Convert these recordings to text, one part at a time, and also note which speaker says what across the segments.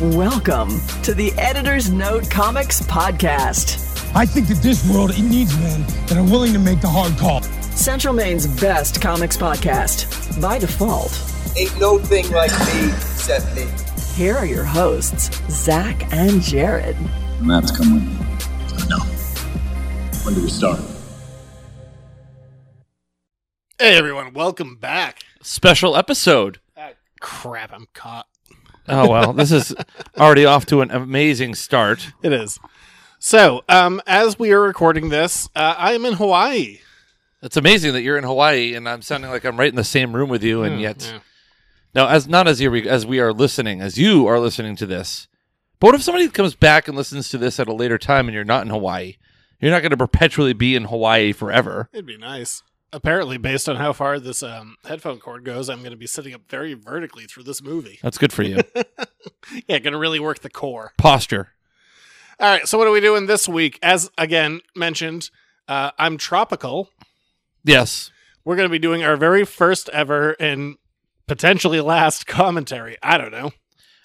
Speaker 1: Welcome to the Editor's Note Comics Podcast,
Speaker 2: I think that this world it needs men that are willing to make the hard call.
Speaker 1: Central Maine's best comics podcast. By default,
Speaker 3: Ain't no thing like me, except me.
Speaker 1: here are your hosts, Zach and Jared.
Speaker 4: Maps come with me. No. When do we start?
Speaker 5: Hey everyone, welcome back.
Speaker 6: special episode.
Speaker 5: Ah, crap, I'm caught.
Speaker 6: Oh well, this is already off to an amazing start.
Speaker 5: It is. So, um, as we are recording this, uh, I am in Hawaii.
Speaker 6: It's amazing that you're in Hawaii and I'm sounding like I'm right in the same room with you, and yet no, as not as you as we are listening, as you are listening to this. But what if somebody comes back and listens to this at a later time, and you're not in Hawaii? You're not going to perpetually be in Hawaii forever.
Speaker 5: It'd be nice. Apparently, based on how far this um, headphone cord goes, I'm going to be sitting up very vertically through this movie.
Speaker 6: That's good for you.
Speaker 5: Yeah, going to really work the core.
Speaker 6: Posture.
Speaker 5: All right, so what are we doing this week? As again mentioned, uh, I'm tropical.
Speaker 6: Yes.
Speaker 5: We're going to be doing our very first ever and potentially last commentary. I don't know.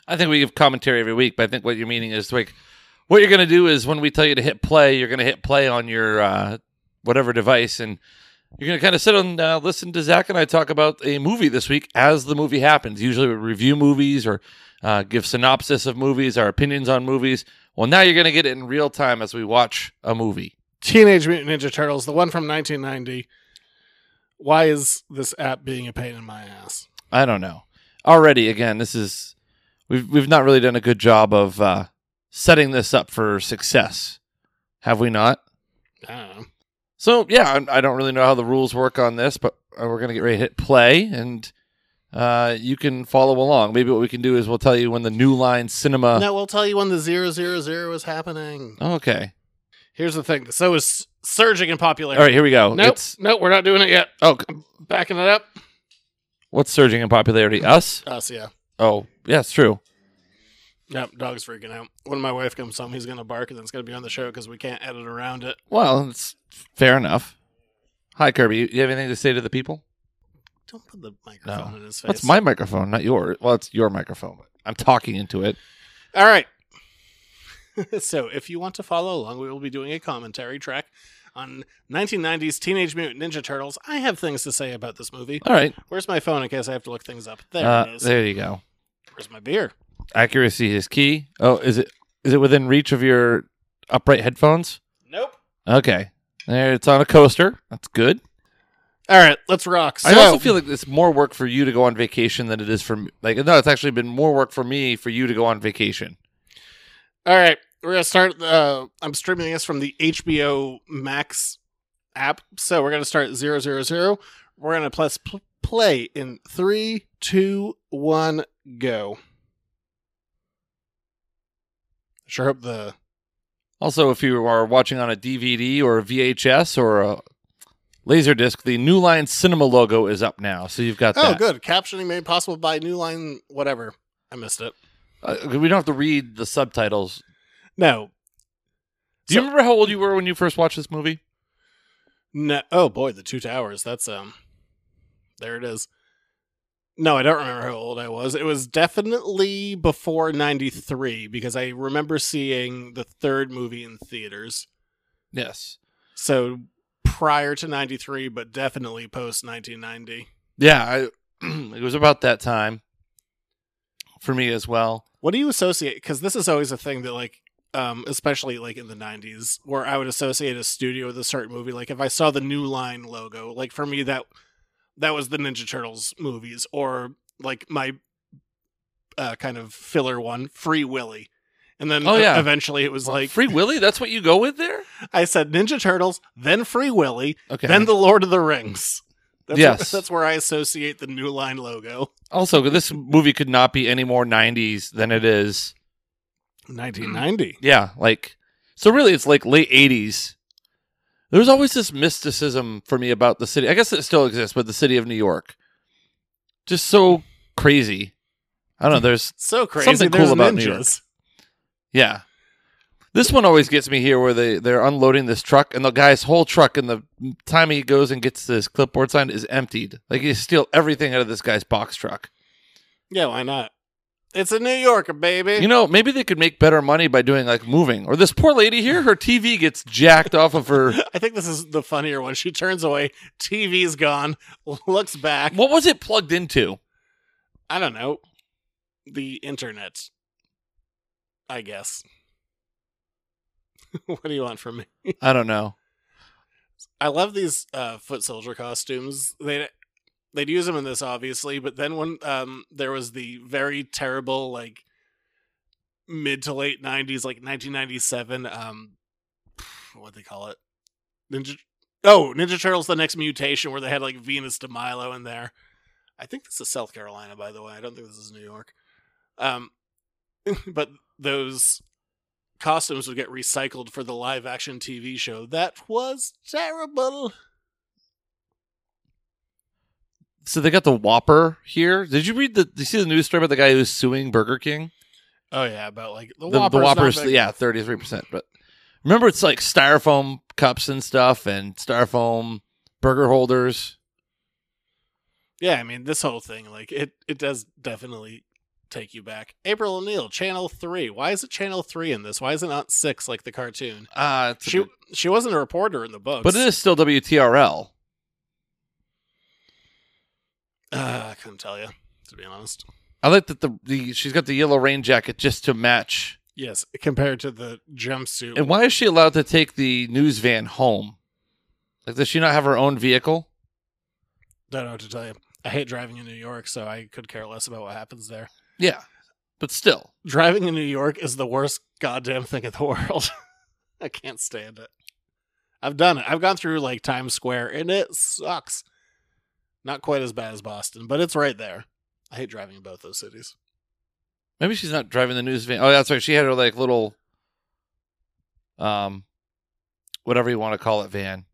Speaker 6: I think we give commentary every week, but I think what you're meaning is like what you're going to do is when we tell you to hit play, you're going to hit play on your uh, whatever device, and you're going to kind of sit and uh, listen to Zach and I talk about a movie this week as the movie happens. Usually we review movies or uh, give synopsis of movies, our opinions on movies. Well, now you're going to get it in real time as we watch a movie.
Speaker 5: Teenage Mutant Ninja Turtles, the one from 1990. Why is this app being a pain in my ass?
Speaker 6: I don't know. Already, again, this is we've we've not really done a good job of uh, setting this up for success, have we not?
Speaker 5: I don't know.
Speaker 6: So yeah, I, I don't really know how the rules work on this, but uh, we're gonna get ready to hit play, and uh, you can follow along. Maybe what we can do is we'll tell you when the new line cinema.
Speaker 5: no, we'll tell you when the zero zero zero is happening.
Speaker 6: Okay.
Speaker 5: Here's the thing: the show is surging in
Speaker 6: All
Speaker 5: popularity.
Speaker 6: right, here we go.
Speaker 5: nope,
Speaker 6: It's
Speaker 5: nope, we're not doing it yet.
Speaker 6: oh, c-
Speaker 5: Backing it up.
Speaker 6: what's surging in popularity? Us?
Speaker 5: Us, yeah.
Speaker 6: Oh, yeah, it's true.
Speaker 5: Yep, dog's freaking out. When my wife comes home, he's gonna bark, and then it's gonna be on the show because we can't edit around it.
Speaker 6: Well, it's fair enough. Hi, Kirby. You, you have anything to say to the people?
Speaker 5: Don't put the microphone in his face.
Speaker 6: That's my microphone, not yours. Well, it's your microphone, but I'm talking into it.
Speaker 5: All right. so, if you want to follow along, we will be doing a commentary track on 1990s Teenage Mutant Ninja Turtles. I have things to say about this movie.
Speaker 6: All right.
Speaker 5: Where's my phone in case I have to look things up? There
Speaker 6: Uh,
Speaker 5: it is.
Speaker 6: there you go.
Speaker 5: Where's my beer?
Speaker 6: Accuracy is key. Oh, is it is it within reach of your upright headphones?
Speaker 5: Nope.
Speaker 6: Okay. There, it's on a coaster. That's good.
Speaker 5: All right, let's rock. So,
Speaker 6: I also feel like it's more work for you to go on vacation than it is for me. Like, no, it's actually been more work for me for you to go on vacation.
Speaker 5: all right, we're going to start. Uh, I'm streaming this from the HBO Max app. So, we're going to start 000. We're going to press pl- play in three, two, one, go. Sure hope the
Speaker 6: Also, if you are watching on a DVD or a VHS or a Laserdisc, the New Line Cinema logo is up now. So you've got
Speaker 5: Oh,
Speaker 6: that.
Speaker 5: good. Captioning made possible by New Line, whatever. I missed it.
Speaker 6: Uh, we don't have to read the subtitles.
Speaker 5: No.
Speaker 6: Do you
Speaker 5: So-
Speaker 6: remember how old you were when you first watched this movie?
Speaker 5: No. Oh, boy. The Two Towers. That's, um, there it is. No, I don't remember how old I was. It was definitely before 93 because I remember seeing the third movie in theaters.
Speaker 6: Yes.
Speaker 5: So prior to 93, but definitely post 1990.
Speaker 6: Yeah, I, it was about that time for me as well.
Speaker 5: What do you associate? Because this is always a thing that, like, um, especially like in the '90s, where I would associate a studio with a certain movie. Like if I saw the New Line logo, like for me that that was the Ninja Turtles movies, or like my uh, kind of filler one, Free Willy, and then
Speaker 6: Oh, yeah.
Speaker 5: eventually it was like
Speaker 6: Free Willy, that's what you go with there?
Speaker 5: I said Ninja Turtles, then Free Willy,
Speaker 6: Okay.
Speaker 5: then the Lord of the Rings. That's
Speaker 6: Yes.
Speaker 5: that's where I associate the New Line logo.
Speaker 6: Also, this movie could not be any more 90s than it is. Hmm.
Speaker 5: 1990.
Speaker 6: Yeah, like so really it's like late 80s. There's always this mysticism for me about the city. I guess it still exists, but the city of New York. Just so crazy. I don't know, there's
Speaker 5: So crazy.
Speaker 6: Something cool
Speaker 5: There's
Speaker 6: about
Speaker 5: ninjas.
Speaker 6: New York. yeah. This one always gets me here where they they're unloading this truck and the guy's whole truck and the time he goes and gets this clipboard signed is emptied. Like you steal everything out of this guy's box truck.
Speaker 5: Yeah, why not? It's a New Yorker, baby.
Speaker 6: You know, maybe they could make better money by doing like moving. Or this poor lady here, her TV gets jacked off of her.
Speaker 5: I think this is the funnier one. She turns away, TV's gone, looks back.
Speaker 6: What was it plugged into?
Speaker 5: I don't know. The internet. I guess. what do you want from me?
Speaker 6: I don't know.
Speaker 5: I love these uh, foot soldier costumes. They they'd use them in this obviously, but then when um, there was the very terrible like mid to late nineties, like nineteen ninety seven, um, what they call it, Ninja. Oh, Ninja Turtles: The Next Mutation, where they had like Venus de Milo in there. I think this is South Carolina, by the way. I don't think this is New York. Um, but those costumes would get recycled for the live action TV show. That was terrible.
Speaker 6: So they got the Whopper here. Did you read the? Did you see the news story about the guy who's suing Burger King?
Speaker 5: Oh yeah, about like the,
Speaker 6: The,
Speaker 5: Whopper's
Speaker 6: the
Speaker 5: not
Speaker 6: Whopper's,
Speaker 5: big.
Speaker 6: yeah, thirty three percent. But remember, it's like styrofoam cups and stuff, and styrofoam burger holders.
Speaker 5: yeah. I mean, this whole thing, like it, it does definitely take you back. April O'Neil, Channel Three. Why is it Channel Three in this? Why is it not six like the cartoon?
Speaker 6: Ah, it's a
Speaker 5: She
Speaker 6: bit-
Speaker 5: she wasn't a reporter in the books,
Speaker 6: but it is still WTRL.
Speaker 5: Uh, I couldn't tell you to be honest.
Speaker 6: I like that the, the she's got the yellow rain jacket just to match.
Speaker 5: Yes, compared to the jumpsuit.
Speaker 6: And why is she allowed to take the news van home? Like, does she not have her own vehicle?
Speaker 5: don't know what to tell you. I hate driving in New York, so I could care less about what happens there.
Speaker 6: Yeah, but still,
Speaker 5: Driving in New York is the worst goddamn thing in the world. I can't stand it. I've done it. I've gone through like Times Square and it sucks. Not quite as bad as Boston, but it's right there. I hate driving in both those cities.
Speaker 6: Maybe she's not driving the news van. Oh, that's right. She had her like little, um, whatever you want to call it, van.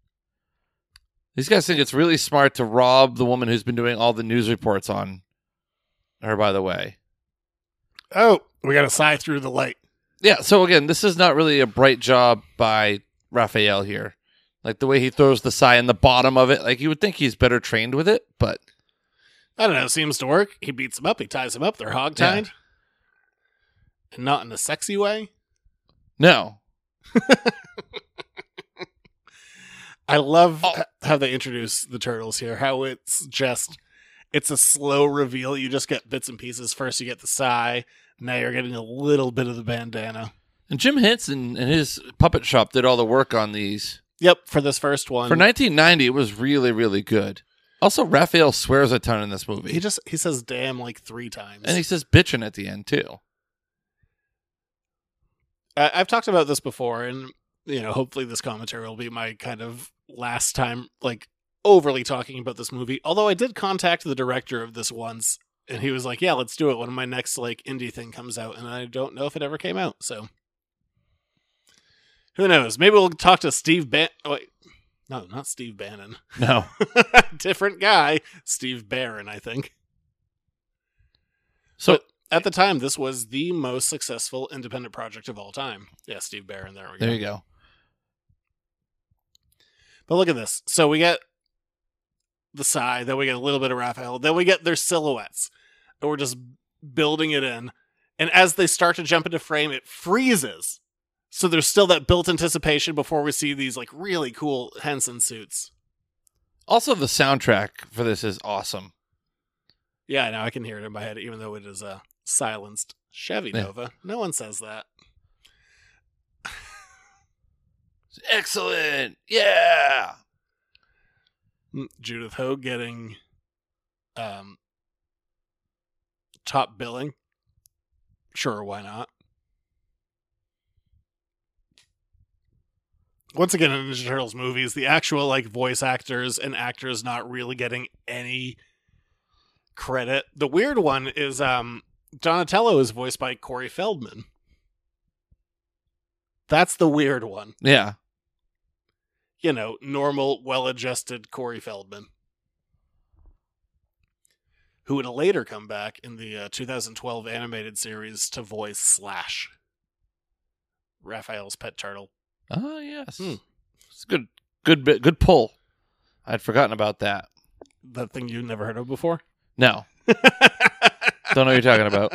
Speaker 6: These guys think it's really smart to rob the woman who's been doing all the news reports on her. By the way,
Speaker 5: Oh, we got to sigh through the light.
Speaker 6: yeah. So again, this is not really a bright job by Raphael here. Like the way he throws the sigh in the bottom of it, like you would think he's better trained with it, but
Speaker 5: I don't know. Seems to work. He beats them up. He ties them up. They're hogtied. And not in a sexy way.
Speaker 6: no.
Speaker 5: I love
Speaker 6: Oh.
Speaker 5: h- how they introduce the turtles here. How it's just it's a slow reveal. You just get bits and pieces. First you get the sigh. Now you're getting a little bit of the bandana.
Speaker 6: And Jim Henson and his puppet shop did all the work on these.
Speaker 5: Yep, for this first one.
Speaker 6: For 1990, it was really, really good. Also, Raphael swears a ton in this movie.
Speaker 5: he just he says damn like three times.
Speaker 6: and he says bitchin' at the end, too.
Speaker 5: I, I've talked about this before, and you know, hopefully this commentary will be my kind of last time, like overly talking about this movie. Although I did contact the director of this once, and he was like, "Yeah, let's do it when my next like indie thing comes out," and I don't know if it ever came out. So who knows? Maybe we'll talk to Steve Ban. oh, Wait, no, not Steve Bannon,
Speaker 6: No.
Speaker 5: different guy, Steve Barron, I think.
Speaker 6: So,
Speaker 5: But at the time, this was the most successful independent project of all time. Yeah, Steve Barron. There we go.
Speaker 6: there you go.
Speaker 5: But look at this. So we get the side, then we get a little bit of Raphael, then we get their silhouettes, and we're just building it in. And as they start to jump into frame, it freezes. So there's still that built anticipation before we see these like really cool Henson suits.
Speaker 6: Also, the soundtrack for this is awesome.
Speaker 5: Yeah, I know I can hear it in my head, even though it is uh, silenced. Chevy
Speaker 6: Yeah.
Speaker 5: Nova. No one says that.
Speaker 6: It's excellent. Yeah.
Speaker 5: Mm, Judith Ho getting um top billing. Sure, why not? Once again, in Ninja Turtles movies, the actual like voice actors and actors not really getting any credit. The weird one is um Donatello is voiced by Corey Feldman. That's the weird one
Speaker 6: Yeah.
Speaker 5: you know, normal, well adjusted Corey Feldman, who would later come back in the uh, 2012 animated series to voice Slash, Raphael's pet turtle.
Speaker 6: Oh, yes.
Speaker 5: Hmm.
Speaker 6: It's a good, good, bit, good pull. I'd forgotten about that.
Speaker 5: That thing you never heard of before?
Speaker 6: No. Don't know what you're talking about.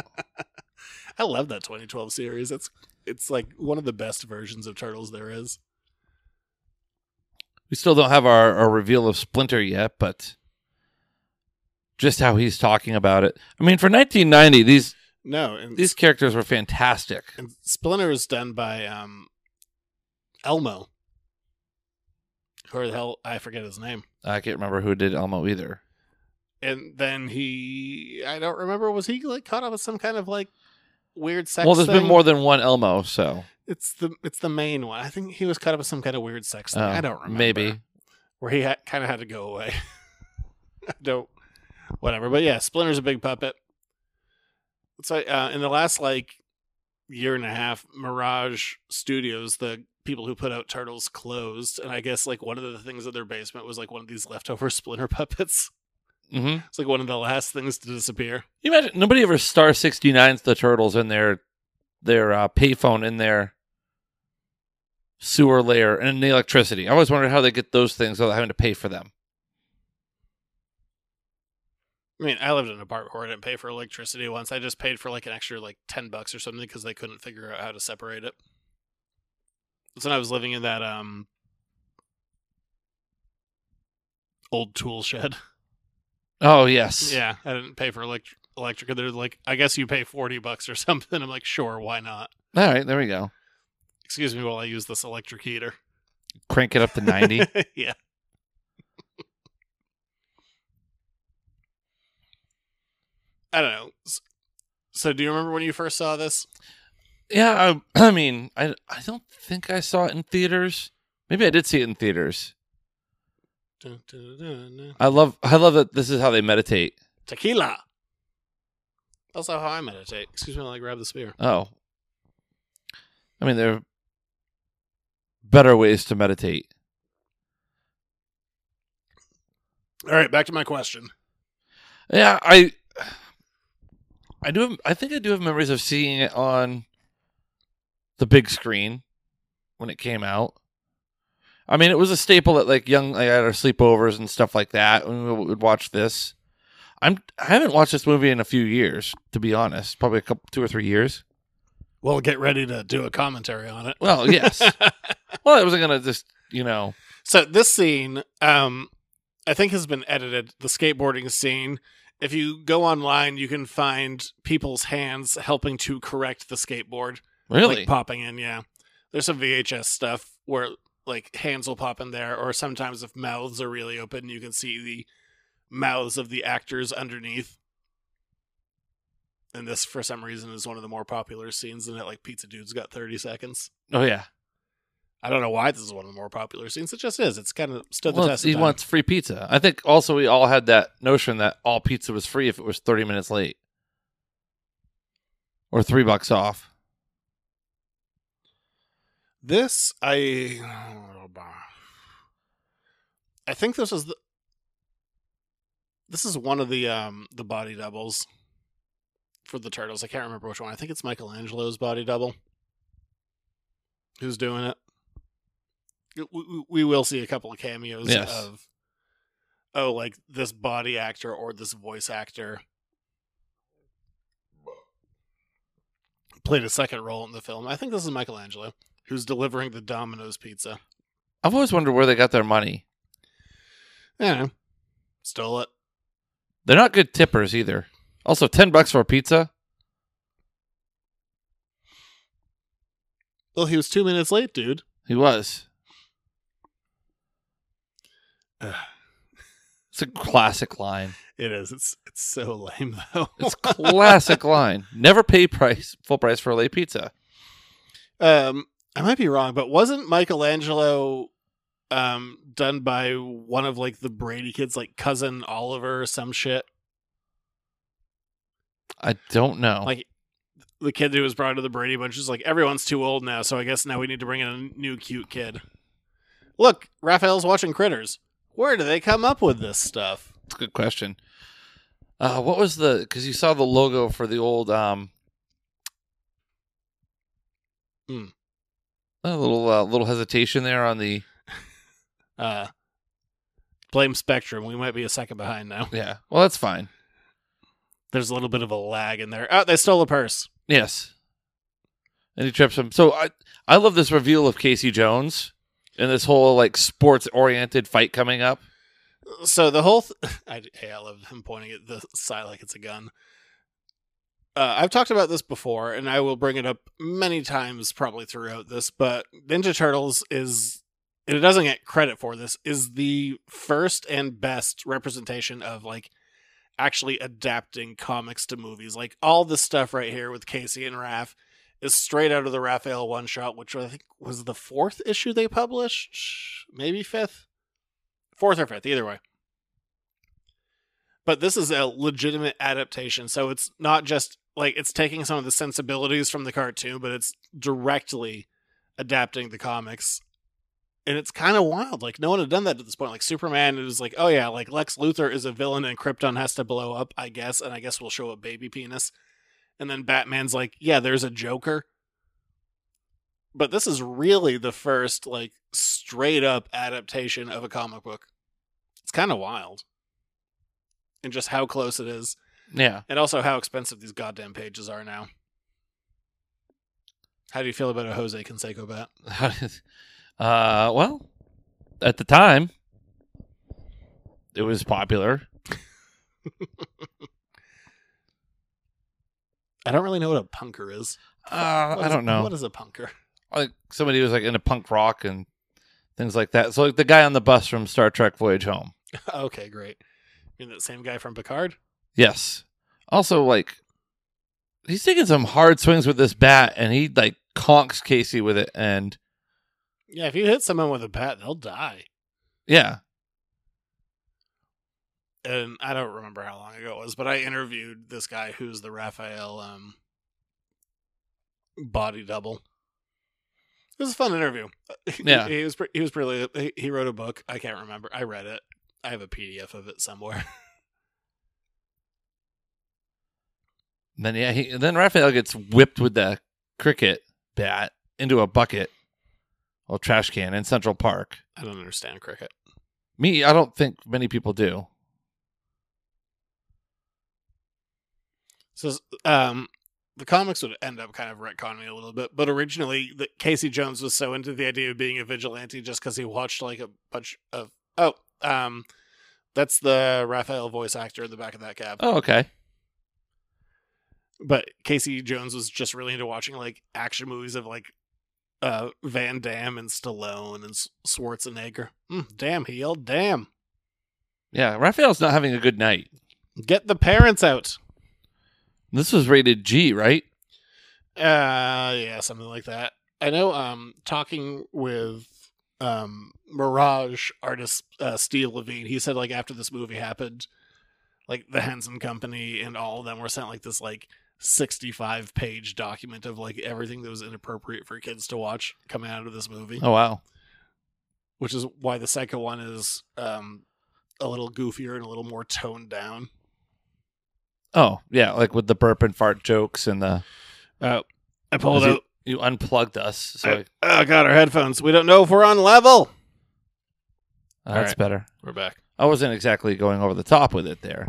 Speaker 5: I love that 2012 series. It's it's like one of the best versions of Turtles there is.
Speaker 6: We still don't have our, our reveal of Splinter yet, but just how he's talking about it. I mean, for 1990, these
Speaker 5: No, and
Speaker 6: these characters were fantastic.
Speaker 5: and Splinter is done by um Elmo. Who the hell I forget his name.
Speaker 6: I can't remember who did Elmo either.
Speaker 5: And then he I don't remember was he like caught up with some kind of like weird sex
Speaker 6: well, there's
Speaker 5: thing?
Speaker 6: been more than one Elmo, so
Speaker 5: It's the it's the main one. I think he was caught up with some kind of weird sex thing.
Speaker 6: uh,
Speaker 5: I don't remember.
Speaker 6: Maybe
Speaker 5: where he ha- kind of had to go away. I don't, whatever. But yeah, Splinter's a big puppet. So uh, in the last like year and a half, Mirage Studios, the people who put out Turtles, closed, and I guess like one of the things in their basement was like one of these leftover Splinter puppets.
Speaker 6: hmm
Speaker 5: It's like one of the last things to disappear.
Speaker 6: You imagine nobody ever star 69s the turtles in their their uh, payphone in their sewer layer and the electricity. I always wondered how they get those things without having to pay for them.
Speaker 5: I mean, I lived in an apartment where I didn't pay for electricity once. I just paid for like an extra like ten bucks or something because they couldn't figure out how to separate it. That's when I was living in that um old tool shed.
Speaker 6: Oh yes,
Speaker 5: Yeah, I didn't pay for elect- electric. They're like, I guess you pay forty bucks or something. I'm like, sure, why not?
Speaker 6: All right, there we go.
Speaker 5: Excuse me while I use this electric heater.
Speaker 6: Crank it up to ninety.
Speaker 5: yeah. I don't know. S- So, do you remember when you first saw this?
Speaker 6: yeah, I, I mean, I I don't think I saw it in theaters. Maybe I did see it in theaters.
Speaker 5: Dun, dun, dun, dun.
Speaker 6: I love I love that this is how they meditate.
Speaker 5: Tequila. Also, how I meditate. Excuse me while I grab the spear.
Speaker 6: Oh, I mean, there are better ways to meditate.
Speaker 5: All right, back to my question.
Speaker 6: Yeah, I I do have, I think I do have memories of seeing it on the big screen when it came out. I mean, it was a staple at like young like, at our sleepovers and stuff like that when we would watch this. I'm I haven't watched this movie in a few years, to be honest, probably a couple 2 or 3 years.
Speaker 5: Well, get ready to do a commentary on it.
Speaker 6: Well, yes. well, I wasn't going to just, you know,
Speaker 5: So this scene, um, I think has been edited. The skateboarding scene. If you go online, you can find people's hands helping to correct the skateboard,
Speaker 6: really.
Speaker 5: like popping in. Yeah, there's some VHS stuff where like hands will pop in there, or sometimes if mouths are really open, you can see the mouths of the actors underneath. And this, for some reason, is one of the more popular scenes in it. Like Pizza Dude's got 30 seconds.
Speaker 6: oh yeah.
Speaker 5: I don't know why this is one of the more popular scenes. It just is. It's kind of stood the
Speaker 6: Well,
Speaker 5: test. Of
Speaker 6: he
Speaker 5: time.
Speaker 6: wants free pizza. I think also we all had that notion that all pizza was free if it was 30 minutes late or three bucks off.
Speaker 5: this. I oh, I think this is the this is one of the um the body doubles for the turtles. I can't remember which one. I think it's Michelangelo's body double. Who's doing it? We- we- We will see a couple of cameos
Speaker 6: Yes.
Speaker 5: of oh, like this body actor or this voice actor played a second role in the film. I think this is Michelangelo who's delivering the Domino's pizza.
Speaker 6: I've always wondered where they got their money.
Speaker 5: Yeah, stole it.
Speaker 6: They're not good tippers either. Also, 10 bucks for a pizza.
Speaker 5: Well, he was two minutes late, dude.
Speaker 6: He was.
Speaker 5: Ugh.
Speaker 6: It's a classic line.
Speaker 5: It is. It's it's so lame though.
Speaker 6: It's classic line. Never pay price full price for a late pizza.
Speaker 5: um, I might be wrong, but wasn't Michelangelo um done by one of like the Brady kids, like cousin Oliver or some shit?
Speaker 6: I don't know.
Speaker 5: Like- The kid who was brought to the Brady Bunch is like everyone's too old now, so I guess now we need to bring in a new cute kid. Look, Raphael's watching Critters. Where do they come up with this stuff?
Speaker 6: That's a good question. Uh, what was the? Because you saw the logo for the old um,
Speaker 5: Hmm.
Speaker 6: a little uh, little hesitation there on the
Speaker 5: Uh, blame Spectrum. We might be a second behind now.
Speaker 6: yeah. Well, that's fine.
Speaker 5: there's a little bit of a lag in there. Oh, they stole a purse.
Speaker 6: Yes. And he trips him. So I I love this reveal of Casey Jones and this whole like sports oriented fight coming up.
Speaker 5: So the whole th- I, hey, I love him pointing at the side like it's a gun. Uh, I've talked about this before, and I will bring it up many times probably throughout this. But Ninja Turtles is, and it doesn't get credit for this, is the first and best representation of like actually adapting comics to movies. Like all this stuff right here with Casey and Raph is straight out of the Raphael one shot, which I think was the fourth issue they published, maybe fifth, fourth or fifth, either way. But this is a legitimate adaptation, so it's not just like it's taking some of the sensibilities from the cartoon, but it's directly adapting the comics. And it's kind of wild. Like no one had done that at this point. Like Superman is like, oh yeah, like Lex Luthor is a villain and Krypton has to blow up, I guess, and I guess we'll show a baby penis. And then Batman's like, yeah, there's a Joker. But this is really the first, like, straight up adaptation of a comic book. It's kind of wild. And just how close it is.
Speaker 6: Yeah.
Speaker 5: And also how expensive these goddamn pages are now. How do you feel about a Jose Canseco bat?
Speaker 6: uh, well, at the time, it was popular.
Speaker 5: I don't really know what a punker is.
Speaker 6: Uh,
Speaker 5: What
Speaker 6: I
Speaker 5: is-
Speaker 6: don't know.
Speaker 5: What is a punker?
Speaker 6: like somebody who was like into punk rock and things like that. So like the guy on the bus from Star Trek Voyage Home.
Speaker 5: okay, great. You mean that same guy from Picard?
Speaker 6: Yes. Also like he's taking some hard swings with this bat and he like conks Casey with it and
Speaker 5: Yeah, if you hit someone with a bat, they'll die.
Speaker 6: yeah.
Speaker 5: And um, I don't remember how long ago it was, but I interviewed this guy who's the Raphael um, body double. It was a fun interview. Uh,
Speaker 6: Yeah.
Speaker 5: he, he was pre- he was pretty. He, he wrote a book. I can't remember. I read it. I have a PDF of it somewhere.
Speaker 6: And then yeah, he and then Raphael gets whipped with the cricket bat into a bucket or trash can in Central Park.
Speaker 5: I don't understand cricket.
Speaker 6: Me, I don't think many people do.
Speaker 5: So um, the comics would end up kind of retconning a little bit, but originally the, Casey Jones was so into the idea of being a vigilante just because he watched like a bunch of oh um, that's the Raphael voice actor in the back of that cab.
Speaker 6: Oh, okay.
Speaker 5: But Casey Jones was just really into watching like action movies of like uh, Van Damme and Stallone and S- Schwarzenegger. Mm, damn, he yelled, "Damn!
Speaker 6: Yeah, Raphael's not having a good night.
Speaker 5: Get the parents out!"
Speaker 6: This was rated G, right?
Speaker 5: Uh yeah, something like that. I know um talking with um Mirage artist uh, Steve Levine, he said like after this movie happened, like the Henson Company and all of them were sent like this like 65 page document of like everything that was inappropriate for kids to watch coming out of this movie,
Speaker 6: Oh wow.
Speaker 5: which is why the second one is um a little goofier and a little more toned down.
Speaker 6: Oh yeah, like with the burp and fart jokes and the
Speaker 5: Uh I pulled
Speaker 6: Is it-
Speaker 5: out
Speaker 6: you unplugged us. So
Speaker 5: I- Oh god, our headphones. We don't know if we're on level.
Speaker 6: Oh, that's
Speaker 5: Alright.
Speaker 6: better.
Speaker 5: We're back.
Speaker 6: I wasn't exactly going over the top with it there.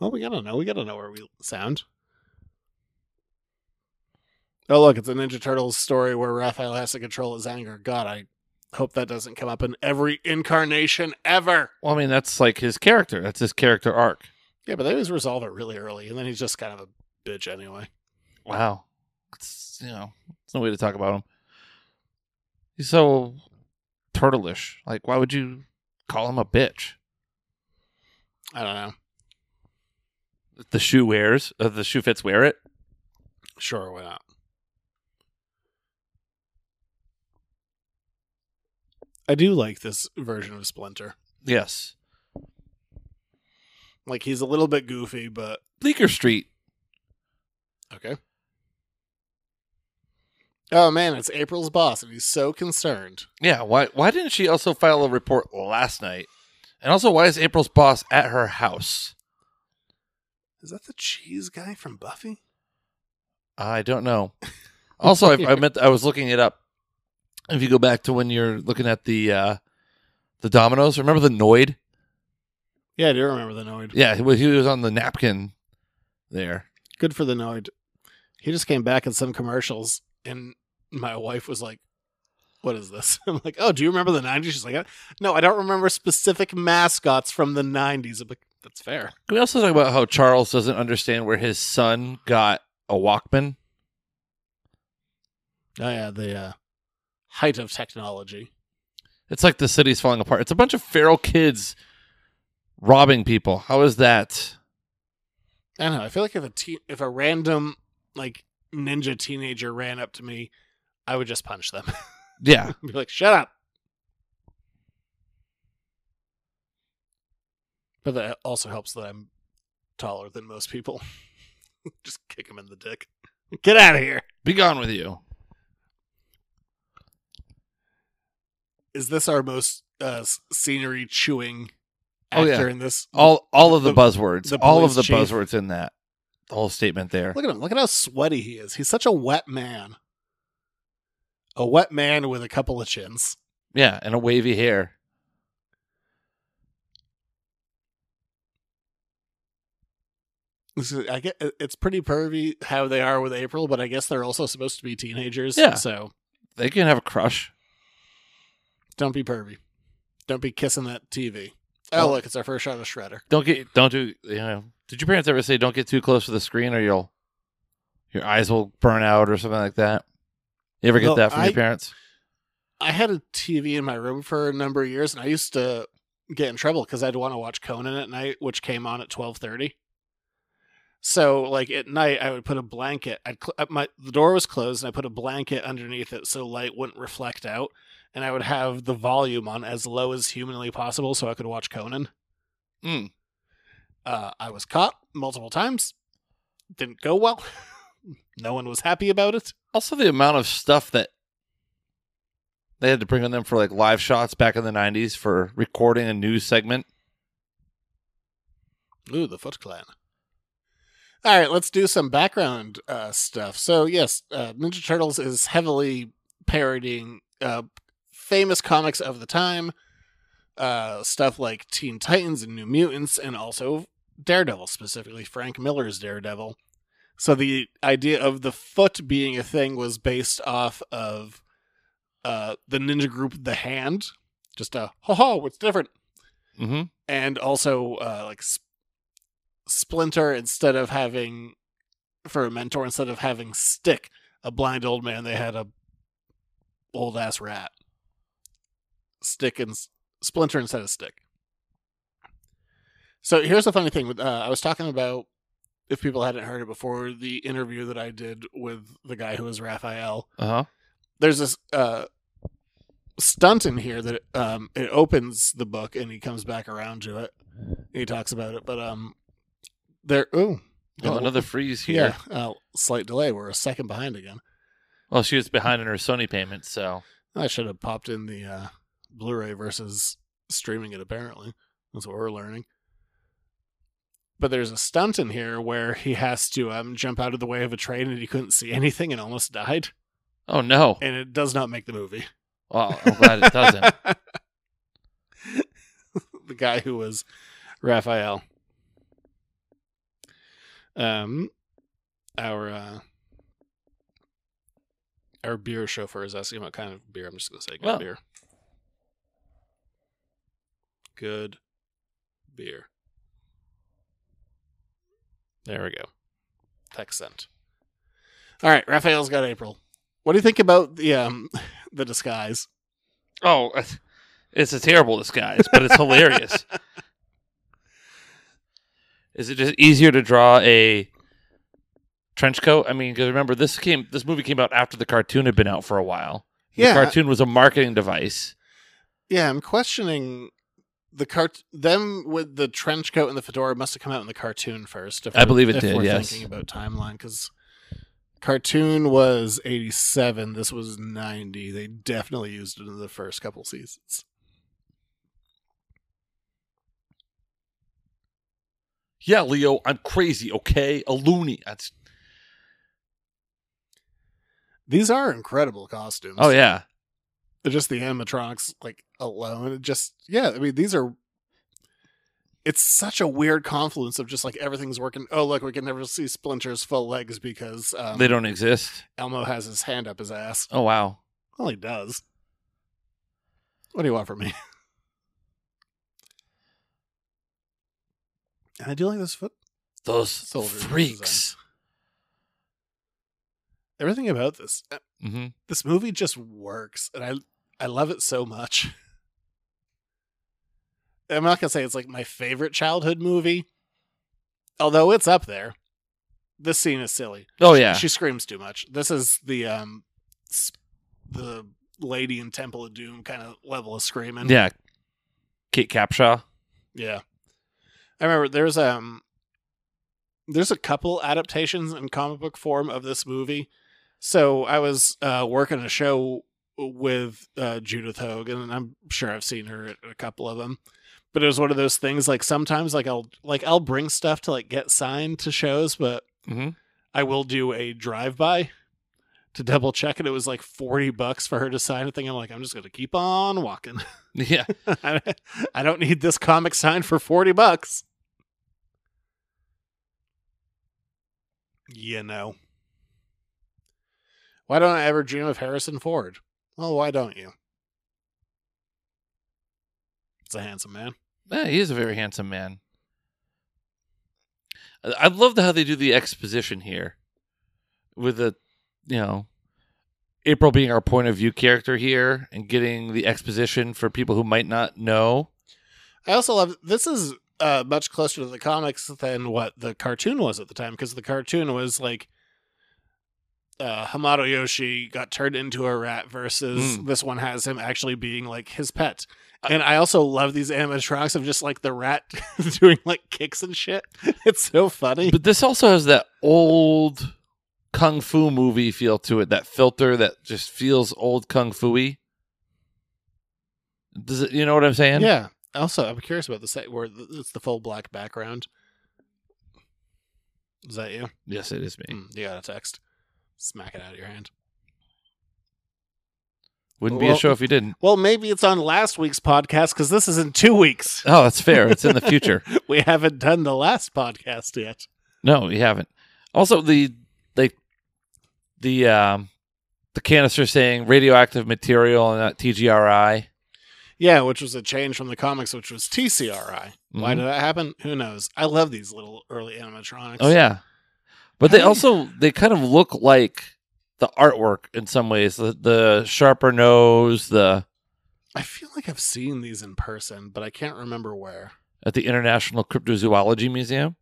Speaker 5: Well, we gotta know. We gotta know where we sound. Oh, look, it's a Ninja Turtles story where Raphael has to control his anger. God, I hope that doesn't come up in every incarnation ever.
Speaker 6: Well, I mean that's like his character. That's his character arc.
Speaker 5: Yeah, but they always resolve it really early, and then he's just kind of a bitch anyway.
Speaker 6: Wow. It's you know, it's no way to talk about him. He's so turtleish. Like, why would you call him a bitch?
Speaker 5: I don't know.
Speaker 6: If The shoe wears, uh, the shoe fits wear it.
Speaker 5: Sure, why not? I do like this version of Splinter.
Speaker 6: Yes.
Speaker 5: Like, he's a little bit goofy, but
Speaker 6: Bleecker Street.
Speaker 5: Okay. Oh man, it's April's boss, and he's so concerned.
Speaker 6: Yeah. Why? Why didn't she also file a report last night? And also, why is April's boss at her house?
Speaker 5: Is that the cheese guy from Buffy?
Speaker 6: I don't know. Also, I, I meant I was looking it up. If you go back to when you're looking at the uh, the dominoes, remember the Noid?
Speaker 5: Yeah, I do remember the Noid.
Speaker 6: Yeah, he was, he was on the napkin there.
Speaker 5: Good for the Noid. He just came back in some commercials, and my wife was like, "What is this?" I'm like, "Oh, do you remember the '90s?" She's like, "Uh, "No, I don't remember specific mascots from the '90s." I'm like, "That's fair."
Speaker 6: Can we also talk about how Charles doesn't understand where his son got a Walkman?
Speaker 5: Oh yeah, the uh, height of technology.
Speaker 6: It's like the city's falling apart. It's a bunch of feral kids robbing people. How is that?
Speaker 5: I don't know. I feel like if a teen, if a random like ninja teenager ran up to me, I would just punch them.
Speaker 6: Yeah.
Speaker 5: Be like, "Shut up." But that also helps that I'm taller than most people. just kick him in the dick. Get out of here.
Speaker 6: Be gone with you.
Speaker 5: Is this our most uh, s- scenery chewing
Speaker 6: Oh,
Speaker 5: actor
Speaker 6: yeah.
Speaker 5: in this?
Speaker 6: All all of the,
Speaker 5: The-
Speaker 6: buzzwords.
Speaker 5: the
Speaker 6: all of
Speaker 5: police
Speaker 6: the
Speaker 5: chief.
Speaker 6: buzzwords in that. The whole statement there.
Speaker 5: Look at him. Look at how sweaty he is. He's such a wet man. A wet man with a couple of chins.
Speaker 6: Yeah, and a wavy hair.
Speaker 5: This is, I get it's pretty pervy how they are with April, but I guess they're also supposed to be teenagers.
Speaker 6: Yeah.
Speaker 5: So
Speaker 6: They can have a crush.
Speaker 5: don't be pervy. Don't be kissing that TV. Oh,
Speaker 6: Oh.
Speaker 5: look, it's our first shot of Shredder.
Speaker 6: Don't get don't do you know did your parents ever say don't get too close to the screen or you'll your eyes will burn out or something like that? You ever get
Speaker 5: Well,
Speaker 6: that from
Speaker 5: I-
Speaker 6: your parents?
Speaker 5: I had a TV in my room for a number of years, and I used to get in trouble because I'd want to watch Conan at night, which came on at twelve thirty. So, like at night, I would put a blanket. I'd cl- uh, my the door was closed, and I put a blanket underneath it so light wouldn't reflect out, and I would have the volume on as low as humanly possible so I could watch Conan.
Speaker 6: Mm.
Speaker 5: Uh, I was caught multiple times. Didn't go well. no one was happy about it.
Speaker 6: Also the amount of stuff that they had to bring on them for like live shots back in the nineties for recording a news segment.
Speaker 5: Ooh, the Foot Clan. All right, let's do some background uh, stuff. So, yes, uh, Ninja Turtles is heavily parodying uh, famous comics of the time, uh, stuff like Teen Titans and New Mutants, and also Daredevil, specifically Frank Miller's Daredevil. So, the idea of the foot being a thing was based off of uh, the ninja group The Hand. Just a, ho ho, what's different?
Speaker 6: Mm-hmm.
Speaker 5: and also uh, like S- Splinter instead of having for a mentor instead of having Stick, a blind old man, they had a old ass rat. Stick and S- Splinter instead of Stick. So here's the funny thing: with uh, I was talking about if people hadn't heard it before, the interview that I did with the guy who was Raphael
Speaker 6: Uh huh.
Speaker 5: there's this uh, stunt in here that um, it opens the book and he comes back around to it. He talks about it, but um, there. Ooh,
Speaker 6: Oh,
Speaker 5: Oh,
Speaker 6: another freeze here.
Speaker 5: yeah, uh, slight delay. We're a second behind again.
Speaker 6: Well, she was behind on her Sony payments, so
Speaker 5: I should have popped in the uh, Blu-ray versus streaming it. Apparently, that's what we're learning. But there's a stunt in here where he has to um, jump out of the way of a train and he couldn't see anything and almost died.
Speaker 6: oh no.
Speaker 5: And it does not make the movie.
Speaker 6: Well, I'm glad it doesn't.
Speaker 5: the guy who was Raphael. Um, our uh, our beer chauffeur is asking what kind of beer. I'm just gonna say good
Speaker 6: Well.
Speaker 5: beer. Good beer. There we go. Text sent. All right, Raphael's got April. What do you think about the um the disguise?
Speaker 6: Oh, it's a terrible disguise, but it's hilarious. Is it just easier to draw a trench coat? I mean, because remember this came this movie came out after the cartoon had been out for a while. the cartoon was a marketing device.
Speaker 5: Yeah, I'm questioning the cart them with the trench coat and the fedora must have come out in the cartoon first. If
Speaker 6: I
Speaker 5: we're-
Speaker 6: believe it
Speaker 5: if
Speaker 6: did,
Speaker 5: We're
Speaker 6: yes.
Speaker 5: thinking about timeline because cartoon was '87. This was '90. They definitely used it in the first couple seasons.
Speaker 6: Yeah, Leo, I'm crazy. Okay, a loony. That's
Speaker 5: These are incredible costumes.
Speaker 6: oh yeah.
Speaker 5: They're just the animatronics like alone. It just yeah, I mean these are it's such a weird confluence of just like everything's working. Oh, look, we can never see Splinter's full legs because um,
Speaker 6: They don't exist.
Speaker 5: Elmo has his hand up his ass.
Speaker 6: Oh wow.
Speaker 5: Well, he does. What do you want from me? And I do like this foot.
Speaker 6: Those
Speaker 5: Soldier
Speaker 6: freaks.
Speaker 5: Everything about this uh,
Speaker 6: hmm
Speaker 5: this movie just works, and I I love it so much. I'm not gonna say it's like my favorite childhood movie, although it's up there. This scene is silly.
Speaker 6: Oh yeah.
Speaker 5: She screams too much. This is the um s- the lady in Temple of Doom kind of level of screaming.
Speaker 6: yeah. Kate Capshaw.
Speaker 5: Yeah. I remember there's um there's a couple adaptations in comic book form of this movie. So I was uh working a show with uh Judith Hogue and I'm sure I've seen her at a couple of them. But it was one of those things like sometimes like I'll like I'll bring stuff to like get signed to shows, but
Speaker 6: hmm
Speaker 5: I will do a drive by to double check and it was like 40 bucks for her to sign a thing. I'm like I'm just going to keep on walking.
Speaker 6: Yeah.
Speaker 5: I I don't need this comic signed for 40 bucks. You know. Why don't I ever dream of Harrison Ford? Well, why don't you? It's a handsome man.
Speaker 6: Yeah, he is a very handsome man. I I love the, how they do the exposition here, with the, you know, April being our point of view character here and getting the exposition for people who might not know.
Speaker 5: I also love this is uh, much closer to the comics than what the cartoon was at the time because the cartoon was like uh, Hamato Yoshi got turned into a rat versus
Speaker 6: Mm.
Speaker 5: this one has him actually being like his pet. And I also love these animatronics of just like the rat doing like kicks and shit. It's so funny.
Speaker 6: But this also has that old kung fu movie feel to it. That filter that just feels old kung fu-y. Does it? You know what I'm saying?
Speaker 5: yeah. Also, I'm curious about the site where th- it's the full black background. Is that you?
Speaker 6: Yes, it is me.
Speaker 5: Mm, you got a text. Smack it out of your hand.
Speaker 6: Wouldn't be
Speaker 5: Well-
Speaker 6: a show if you didn't.
Speaker 5: Well, maybe it's on last week's podcast because this is in two weeks.
Speaker 6: Oh, that's fair. It's in the future.
Speaker 5: We haven't done the last podcast yet.
Speaker 6: No, we haven't. Also, the like the um the canister saying radioactive material and not TGRI.
Speaker 5: Yeah, which was a change from the comics, which was TCRI. Why
Speaker 6: Mhm.
Speaker 5: did that happen? Who knows? I love these little early animatronics.
Speaker 6: Oh yeah, but they
Speaker 5: Hey.
Speaker 6: also they kind of look like the artwork in some ways. The, the sharper nose, the
Speaker 5: I feel like I've seen these in person, but I can't remember where.
Speaker 6: at the International Cryptozoology Museum.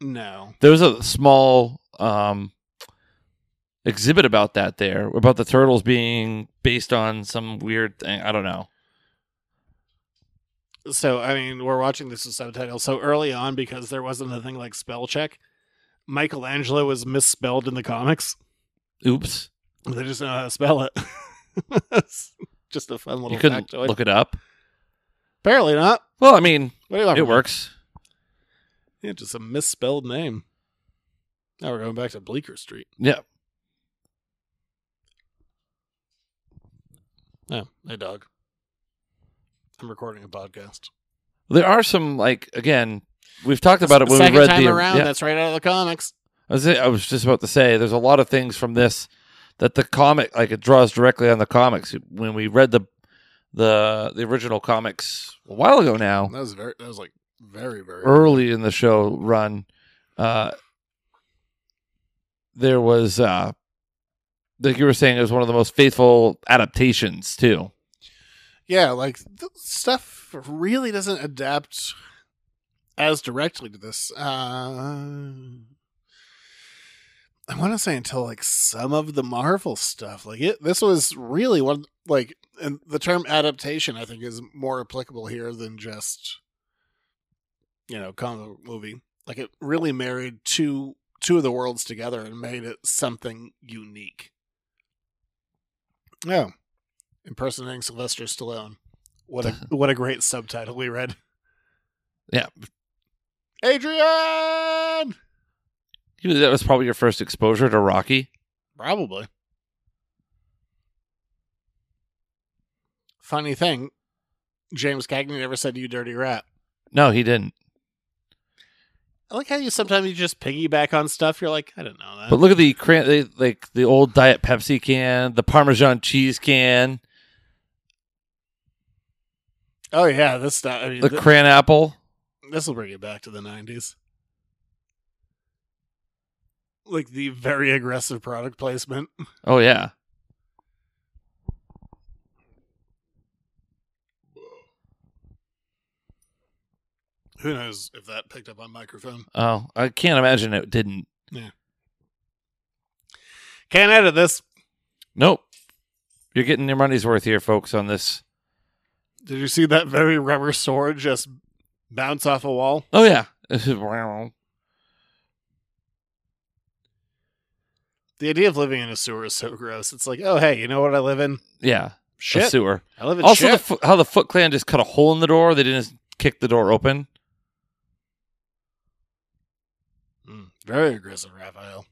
Speaker 5: No.
Speaker 6: There was a small um exhibit about that there about the turtles being based on some weird thing. I don't know.
Speaker 5: So, I mean, we're watching this with subtitles. So early on, because there wasn't a thing like spell check, Michelangelo was misspelled in the comics.
Speaker 6: Oops,
Speaker 5: They just know how to spell it. It's just a fun little
Speaker 6: you couldn't
Speaker 5: factoid.
Speaker 6: look it up.
Speaker 5: Apparently not.
Speaker 6: Well, I mean,
Speaker 5: What do you want
Speaker 6: it
Speaker 5: from me?
Speaker 6: works.
Speaker 5: Yeah, just a misspelled name. Now we're going back to Bleecker Street.
Speaker 6: Yeah.
Speaker 5: Oh, hey, dog. I'm recording a podcast.
Speaker 6: There are some like again, we've talked about it when
Speaker 5: Second
Speaker 6: we read
Speaker 5: time
Speaker 6: the
Speaker 5: around,
Speaker 6: yeah.
Speaker 5: that's right out of the comics.
Speaker 6: I was, I was just about to say there's a lot of things from this that the comic like it draws directly on the comics. When we read the the the original comics a while ago now,
Speaker 5: That was very. That was like very very.
Speaker 6: early in the show run, uh, there was uh, like you were saying, it was one of the most faithful adaptations too.
Speaker 5: yeah, like th- stuff really doesn't adapt as directly to this. Uh, I want to say until like some of the Marvel stuff. Like it, this was really one like, and the term adaptation I think is more applicable here than just you know comic book movie. Like it really married two two of the worlds together and made it something unique. Yeah impersonating Sylvester Stallone. What a what a great subtitle we read.
Speaker 6: Yeah.
Speaker 5: Adrian.
Speaker 6: You- That was probably your first exposure to Rocky.
Speaker 5: Probably. Funny thing, James Cagney never said "you dirty rat."
Speaker 6: No, he didn't.
Speaker 5: I like how you sometimes you just piggyback on stuff. You're like, I don't know that.
Speaker 6: But look at the cran- they- like the old Diet Pepsi can, the Parmesan cheese can,
Speaker 5: oh yeah, this stuff. I mean,
Speaker 6: the cran apple.
Speaker 5: this will bring it back to the '90s. Like the very aggressive product placement.
Speaker 6: Oh yeah.
Speaker 5: Who knows if that picked up on microphone?
Speaker 6: Oh, I can't imagine it didn't.
Speaker 5: Can't edit this.
Speaker 6: Nope. You're getting your money's worth here, folks, on this.
Speaker 5: Did you see that very rubber sword just bounce off a wall?
Speaker 6: Oh yeah. oh
Speaker 5: The idea of living in a sewer is so gross. It's like, oh hey, you know what I live in?
Speaker 6: yeah. A
Speaker 5: Shit.
Speaker 6: sewer.
Speaker 5: I live in
Speaker 6: Also, the
Speaker 5: shit.
Speaker 6: fo- how the Foot Clan just cut a hole in the door. They didn't just kick the door open.
Speaker 5: Mm, very aggressive, Raphael.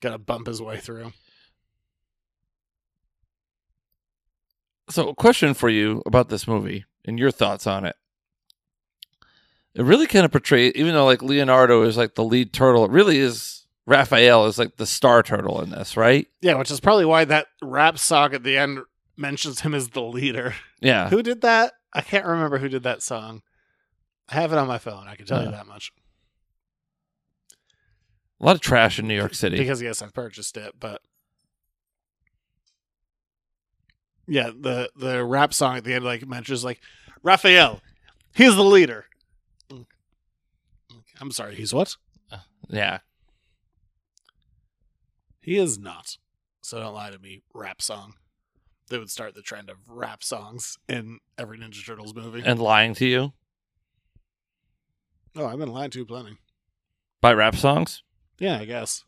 Speaker 5: Got to bump his way through.
Speaker 6: So, a question for you about this movie and your thoughts on it. It really kind of portrays, even though like Leonardo is like the lead turtle, it really is Raphael is like the star turtle in this, right?
Speaker 5: Yeah, which is probably why that rap song at the end mentions him as the leader.
Speaker 6: Yeah.
Speaker 5: Who did that? I can't remember who did that song. I have it on my phone. I can tell you
Speaker 6: Uh,
Speaker 5: that much
Speaker 6: A lot of trash in New York City.
Speaker 5: because yes, I've purchased it. But yeah, the the rap song at the end like mentions like Raphael. He's the leader. Mm. I'm sorry. He's what?
Speaker 6: yeah.
Speaker 5: He is not. So don't lie to me. Rap song. They would start the trend of rap songs in every Ninja Turtles movie.
Speaker 6: And lying to you
Speaker 5: oh, I've been lied to plenty.
Speaker 6: by rap songs.
Speaker 5: Yeah, I guess.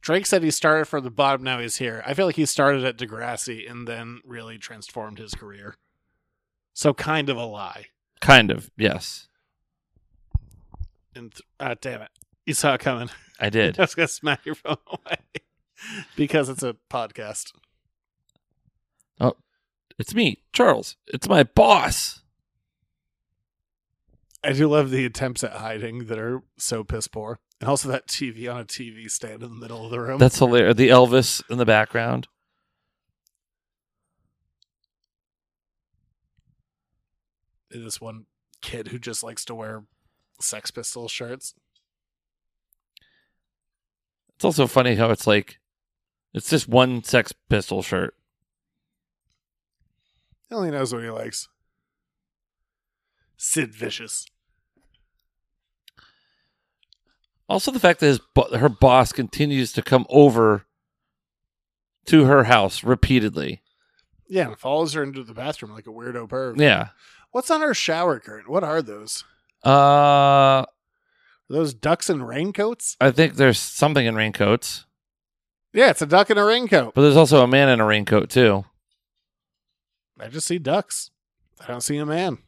Speaker 5: Drake said he started from the bottom, now he's here. I feel like he started at Degrassi and then really transformed his career. So kind of a lie.
Speaker 6: Kind of. Yes.
Speaker 5: And th- ah, damn it. You saw it coming.
Speaker 6: I
Speaker 5: I
Speaker 6: did.
Speaker 5: was going to smack your phone away because it's a podcast.
Speaker 6: it's me, Charles. It's my boss.
Speaker 5: I do love the attempts at hiding that are so piss poor. And also that TV on a TV stand in the middle of the room.
Speaker 6: That's hilarious. The Elvis in the background.
Speaker 5: And this one kid who just likes to wear Sex Pistol shirts.
Speaker 6: It's also funny how it's like, it's just one Sex Pistol shirt.
Speaker 5: He only knows what he likes. Sid Vicious.
Speaker 6: Also, the fact that his bo- her boss continues to come over to her house repeatedly.
Speaker 5: Yeah, and follows her into the bathroom like a weirdo perv.
Speaker 6: Yeah.
Speaker 5: What's on her shower curtain? What are those?
Speaker 6: Uh,
Speaker 5: Are those ducks in raincoats?
Speaker 6: I think there's something in raincoats,
Speaker 5: Yeah, it's a duck in a raincoat.
Speaker 6: but there's also a man in a raincoat too.
Speaker 5: I just see ducks. I don't see a man.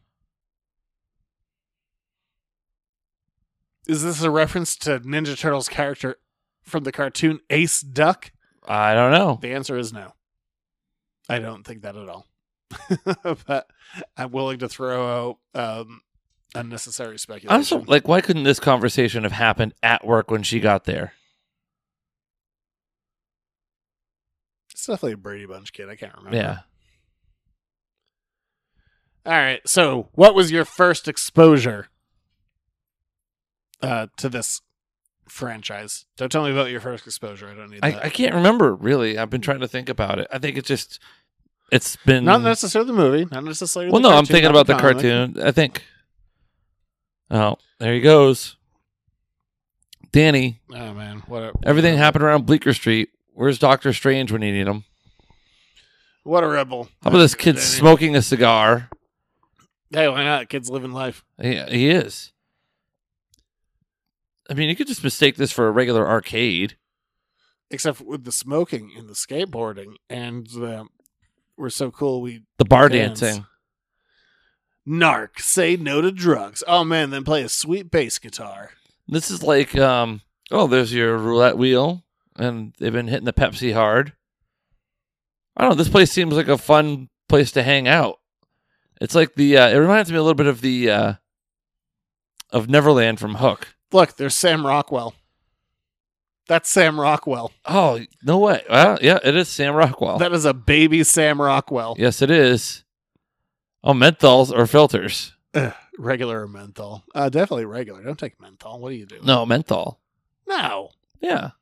Speaker 5: Is this a reference to Ninja Turtles character from the cartoon Ace Duck?
Speaker 6: I don't know.
Speaker 5: The answer is no. I don't think that at all. but I'm willing to throw out um, unnecessary speculation.
Speaker 6: Also, like, why couldn't this conversation have happened at work when she got there?
Speaker 5: it's definitely a Brady Bunch kid. I can't remember.
Speaker 6: Yeah.
Speaker 5: All right. So, what was your first exposure uh, to this franchise? Don't tell me about your first exposure. I don't need that.
Speaker 6: I, I can't remember really. I've been trying to think about it. I think it's just it's been
Speaker 5: not necessarily the movie. Not necessarily.
Speaker 6: well.
Speaker 5: the
Speaker 6: No, I'm
Speaker 5: cartoon,
Speaker 6: thinking
Speaker 5: not
Speaker 6: about the
Speaker 5: comic.
Speaker 6: cartoon. I think. Oh, there he goes. Danny,
Speaker 5: Oh man, what a
Speaker 6: everything happened around Bleecker Street. Where's Doctor Strange when you need him?
Speaker 5: what a rebel!
Speaker 6: How about this kid
Speaker 5: Danny.
Speaker 6: smoking a cigar?
Speaker 5: Hey, why not? Kids living life.
Speaker 6: He, he is. I mean, you could just mistake this for a regular arcade.
Speaker 5: except with the smoking and the skateboarding and the we're so cool we
Speaker 6: The bar
Speaker 5: Dance.
Speaker 6: dancing.
Speaker 5: narc say no to drugs oh man then play a sweet bass guitar
Speaker 6: This is like, um, oh, there's your roulette wheel, and they've been hitting the Pepsi hard. I don't know. This place seems like a fun place to hang out. It's like the uh, it reminds me a little bit of the uh, of Neverland from Hook.
Speaker 5: Look, there's Sam Rockwell. That's Sam Rockwell.
Speaker 6: Oh no way! Well, yeah, it is Sam Rockwell.
Speaker 5: That is a baby Sam Rockwell.
Speaker 6: yes, it is. Oh, menthols or filters?
Speaker 5: Regular or menthol? Uh, definitely regular. Don't take menthol. What do you do?
Speaker 6: No, menthol.
Speaker 5: No.
Speaker 6: Yeah,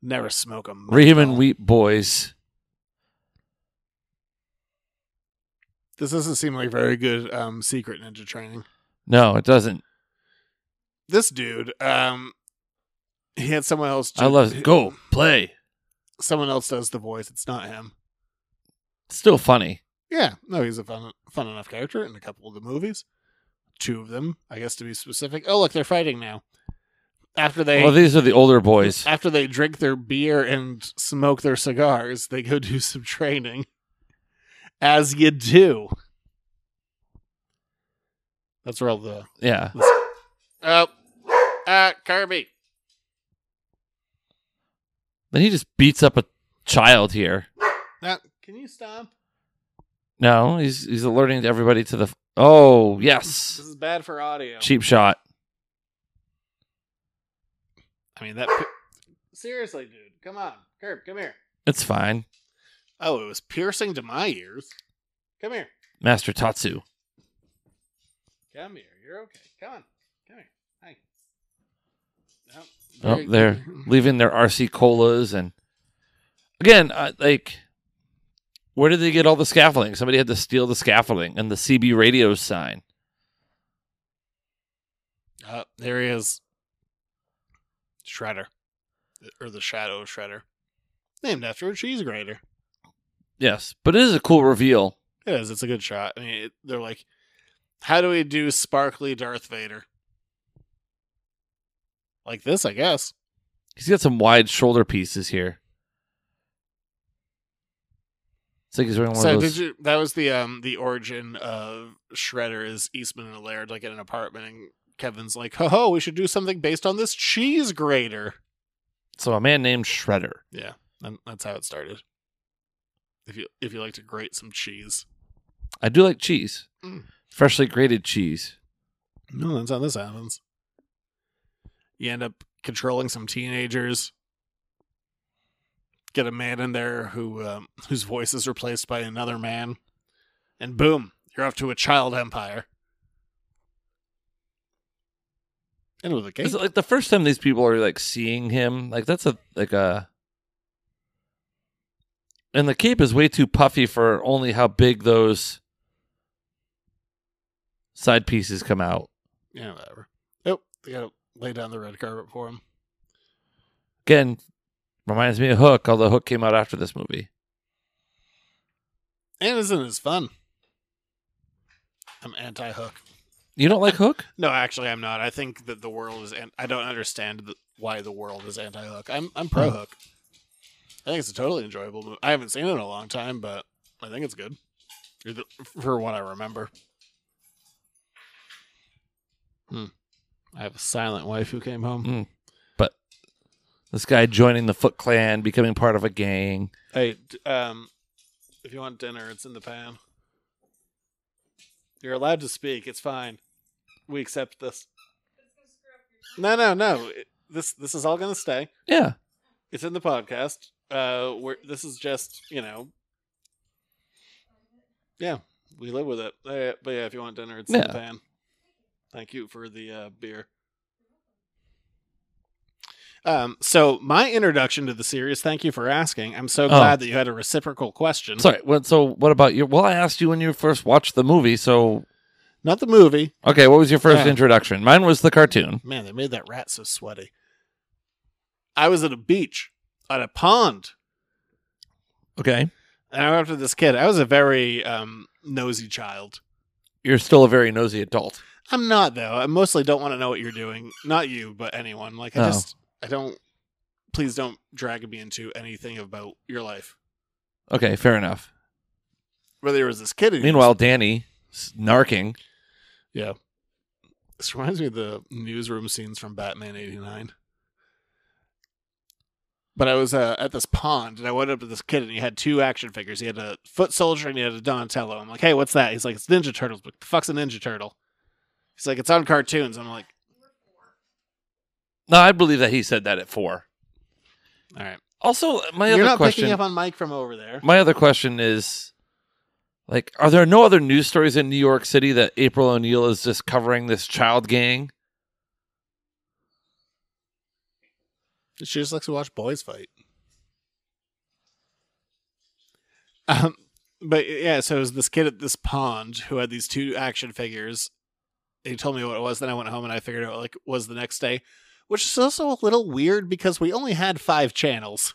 Speaker 5: Never smoke a menthol.
Speaker 6: Ream and Wheat Boys.
Speaker 5: This doesn't seem like very good um, secret ninja training.
Speaker 6: No, it doesn't.
Speaker 5: This dude, um, he had someone else.
Speaker 6: I love go play.
Speaker 5: Someone else does the voice. It's not him.
Speaker 6: Still funny.
Speaker 5: Yeah, no, he's a fun, fun enough character in a couple of the movies. Two of them, I guess, to be specific. Oh, look, they're fighting now. After they
Speaker 6: Well, these are the older boys.
Speaker 5: after they drink their beer and smoke their cigars, they go do some training. As you do. That's where all the
Speaker 6: Yeah.
Speaker 5: oh, uh, Kirby.
Speaker 6: Then he just beats up a child here.
Speaker 5: Now, can you stop?
Speaker 6: No, he's he's alerting everybody to the. Oh
Speaker 5: This
Speaker 6: yes,
Speaker 5: is bad for audio.
Speaker 6: cheap shot.
Speaker 5: I mean that. Seriously, dude, come on, Kirby, come here.
Speaker 6: It's fine,
Speaker 5: Oh, it was piercing to my ears. Come here.
Speaker 6: Master Tatsu.
Speaker 5: Come here. You're okay. Come on. Come here. Hi. Nope.
Speaker 6: Oh, they're leaving their RC colas and again, uh, like, where did they get all the scaffolding? Somebody had to steal the scaffolding and the CB radio sign.
Speaker 5: Uh, there he is. Shredder. Or the Shadow of Shredder. Named after a cheese grater.
Speaker 6: Yes, but it is a cool reveal.
Speaker 5: It is. It's a good shot. I mean, it, they're like, how do we do sparkly Darth Vader? Like this, I guess.
Speaker 6: He's got some wide shoulder pieces here. It's like he's wearing one
Speaker 5: So
Speaker 6: of
Speaker 5: did
Speaker 6: those.
Speaker 5: you? That was the um the origin of Shredder is Eastman and Laird like in an apartment, and Kevin's like, "Ho ho, we should do something based on this cheese grater."
Speaker 6: so a man named Shredder.
Speaker 5: Yeah, and that's how it started. If you if you like to grate some cheese,
Speaker 6: I do like cheese,
Speaker 5: Mm.
Speaker 6: freshly grated cheese.
Speaker 5: no, that's how this happens. You end up controlling some teenagers. Get a man in there who um, whose voice is replaced by another man, and boom, you're off to a child empire. And with a cake.
Speaker 6: Is it like the first time these people are like seeing him? Like that's a like a. And the cape is way too puffy for only how big those side pieces come out.
Speaker 5: Yeah, whatever. Oh, they gotta lay down the red carpet for him.
Speaker 6: Again, reminds me of Hook, although Hook came out after this movie.
Speaker 5: And isn't as fun? I'm anti hook.
Speaker 6: You don't like Hook?
Speaker 5: No, actually, I'm not. I think that the world is. An- I don't understand the- why the world is anti hook. I'm I'm pro hook. I think it's a totally enjoyable movie. I haven't seen it in a long time, but I think it's good. For the- For what I remember. Hmm. I have a silent wife who came home.
Speaker 6: This guy joining the Foot Clan, becoming part of a gang.
Speaker 5: Hey, d- um, if you want dinner, it's in the pan. You're allowed to speak. It's fine. We accept this. No, no, no. It- This this is all gonna stay.
Speaker 6: Yeah,
Speaker 5: It's in the podcast. Uh, we're, this is just you know. Yeah, we live with it. Uh, but yeah, if you want dinner, it's in
Speaker 6: Yeah.
Speaker 5: the pan. Thank you for the uh, beer. Um, so my introduction to the series. Thank you for asking. I'm so
Speaker 6: Oh.
Speaker 5: glad that you had a reciprocal question.
Speaker 6: sorry. What, so what about you? Well, I asked you when you first watched the movie. So
Speaker 5: Not the movie.
Speaker 6: okay, what was your first
Speaker 5: Yeah.
Speaker 6: introduction? Mine was the cartoon.
Speaker 5: Man, they made that rat so sweaty. I was at a beach, at a pond,
Speaker 6: Okay,
Speaker 5: and I went up to this kid. I was a very um, nosy child.
Speaker 6: you're still a very nosy adult.
Speaker 5: I'm not though. I mostly don't want to know what you're doing. Not you, but anyone. Like I
Speaker 6: Oh.
Speaker 5: just I don't please don't drag me into anything about your life.
Speaker 6: Okay, fair enough.
Speaker 5: Where there was this kid and he
Speaker 6: Meanwhile, Danny s- narking.
Speaker 5: was- Yeah. This reminds me of the newsroom scenes from Batman eighty nine. but I was uh, at this pond and I went up to this kid and he had two action figures. He had a foot soldier and he had a Donatello. I'm like, hey, what's that? He's like, it's Ninja Turtles. But the fuck's a Ninja Turtle? He's like, it's on cartoons. I'm like,
Speaker 6: No, I believe that he said that at four.
Speaker 5: all right.
Speaker 6: Also, my
Speaker 5: You're
Speaker 6: other
Speaker 5: not
Speaker 6: question.
Speaker 5: picking up on Mike from over there.
Speaker 6: my other question is, like, are there no other news stories in New York City that April O'Neil is just covering this child gang?
Speaker 5: She just likes to watch boys fight. Um, but yeah, so it was this kid at this pond who had these two action figures. He told me what it was. Then I went home and I figured out what, like was the next day, which is also a little weird because we only had five channels.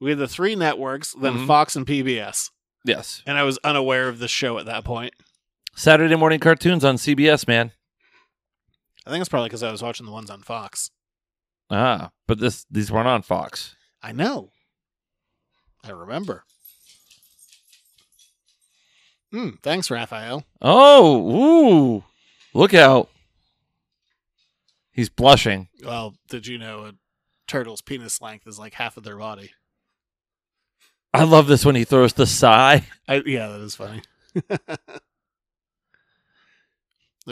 Speaker 5: We had the three networks, then
Speaker 6: Mhm.
Speaker 5: Fox and PBS,
Speaker 6: Yes,
Speaker 5: and I was unaware of the show at that point.
Speaker 6: Saturday morning cartoons on CBS, man.
Speaker 5: I think it's probably because I was watching the ones on Fox.
Speaker 6: Ah, but this these weren't on Fox.
Speaker 5: I know. I remember. Hmm. Thanks, Raphael.
Speaker 6: Oh, ooh, look out! He's blushing.
Speaker 5: Well, did you know a turtle's penis length is like half of their body?
Speaker 6: I love this when he throws the sigh.
Speaker 5: I, yeah, that is funny. the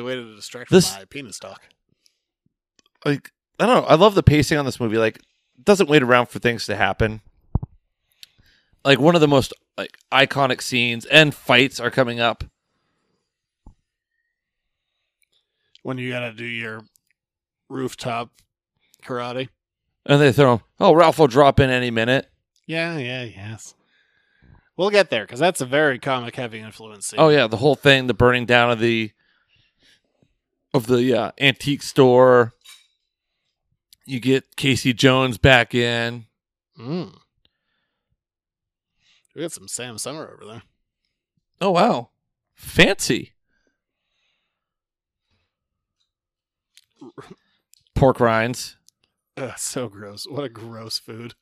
Speaker 5: way to distract
Speaker 6: This-
Speaker 5: from my penis talk.
Speaker 6: like I don't know. I love the pacing on this movie. Like, it doesn't wait around for things to happen. Like one of the most like iconic scenes and fights are coming up.
Speaker 5: When you gotta do your rooftop karate.
Speaker 6: And they throw him, oh, Ralph will drop in any minute.
Speaker 5: Yeah, yeah, yes. We'll get there because that's a very comic heavy influence. scene.
Speaker 6: Oh yeah, the whole thing, the burning down of the of the uh, antique store. You get Casey Jones back in.
Speaker 5: Mm. We got some Sam Summer over there.
Speaker 6: Oh wow. Fancy. Pork rinds.
Speaker 5: Ugh, so gross. What a gross food.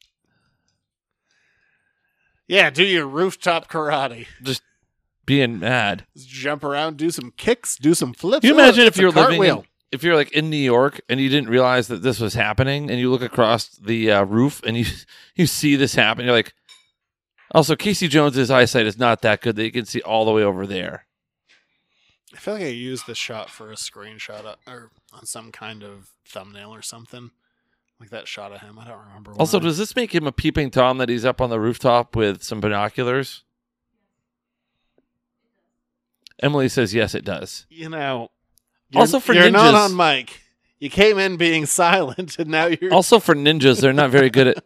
Speaker 5: Yeah, do your rooftop karate.
Speaker 6: Being mad.
Speaker 5: Just jump around, do some kicks, do some flips.
Speaker 6: Can you
Speaker 5: Ugh,
Speaker 6: imagine if
Speaker 5: it's a
Speaker 6: you're living in,
Speaker 5: cartwheel.
Speaker 6: if you're like in New York and you didn't realize that this was happening and you look across the uh, roof and you you see this happen you're like also Casey Jones's eyesight is not that good that you can see all the way over there.
Speaker 5: I feel like I used this shot for a screenshot uh, or on some kind of thumbnail or something. Like that shot of him. I don't remember.
Speaker 6: Also
Speaker 5: why.
Speaker 6: does this make him a peeping tom that he's up on the rooftop with some binoculars? Emily says yes it does.
Speaker 5: you know. you're-
Speaker 6: Also for
Speaker 5: you're not
Speaker 6: ninjas-
Speaker 5: on mic. You came in being silent, and now you're.
Speaker 6: Also for ninjas they're not very good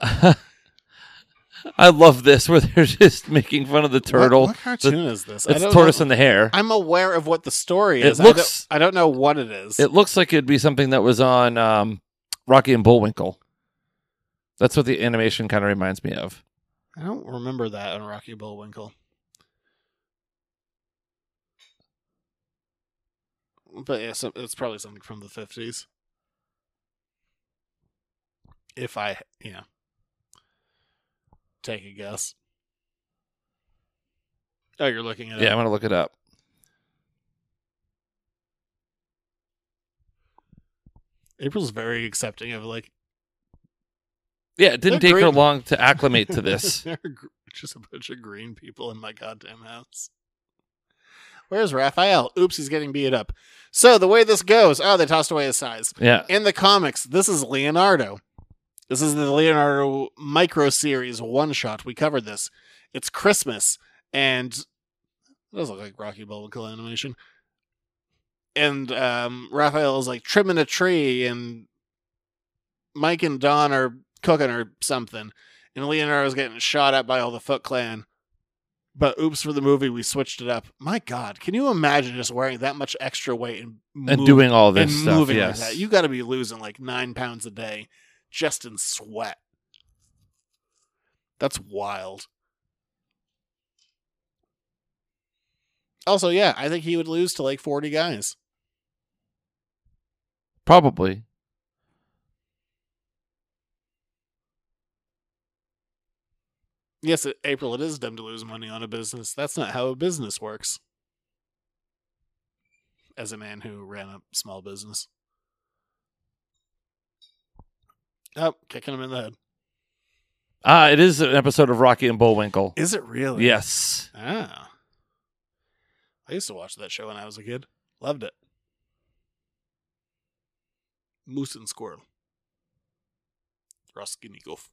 Speaker 6: at I love this where they're just making fun of the turtle.
Speaker 5: What, what
Speaker 6: The-
Speaker 5: cartoon is this? I
Speaker 6: It's
Speaker 5: don't
Speaker 6: tortoise
Speaker 5: know.
Speaker 6: and the hare.
Speaker 5: I'm aware of what the story
Speaker 6: It
Speaker 5: is.
Speaker 6: looks-
Speaker 5: I, don't, I don't know what it is.
Speaker 6: It looks like it'd be something that was on um, Rocky and Bullwinkle. That's what the animation kind of reminds me of.
Speaker 5: I don't remember that on Rocky Bullwinkle. But yeah, so it's probably something from the fifties. If I, you know, take a guess. Oh, you're looking at
Speaker 6: Yeah, I'm gonna look it up.
Speaker 5: April's very accepting of like
Speaker 6: Yeah, it didn't
Speaker 5: They're
Speaker 6: take her
Speaker 5: great.
Speaker 6: long to acclimate to this.
Speaker 5: there are gr- just a bunch of green people in my goddamn house. Where's Raphael? Oops, he's getting beat up. So the way this goes, oh, they tossed away his size.
Speaker 6: Yeah,
Speaker 5: In the comics, this is Leonardo. This is the Leonardo micro series one shot. We covered this. It's Christmas, and it does look like Rocky Bullwinkle animation. And um, Raphael is like trimming a tree, and Mike and Don are cooking or something, and Leonardo's getting shot at by all the Foot Clan. But oops, for the movie, we switched it up. My God, can you imagine just wearing that much extra weight and,
Speaker 6: and
Speaker 5: move-
Speaker 6: doing all this
Speaker 5: and
Speaker 6: stuff.
Speaker 5: moving
Speaker 6: Yes,
Speaker 5: like that. You got to be losing like nine pounds a day just in sweat. That's wild. Also, yeah, I think he would lose to like 40 guys.
Speaker 6: probably.
Speaker 5: Yes, it- April, it is dumb to lose money on a business. That's not how a business works. As a man who ran a small business. Oh, kicking him in the head.
Speaker 6: Uh, it is an episode of Rocky and Bullwinkle.
Speaker 5: Is it really?
Speaker 6: Yes.
Speaker 5: Ah. I used to watch that show when I was a kid. Loved it. Moose and Squirrel. Raskinigov.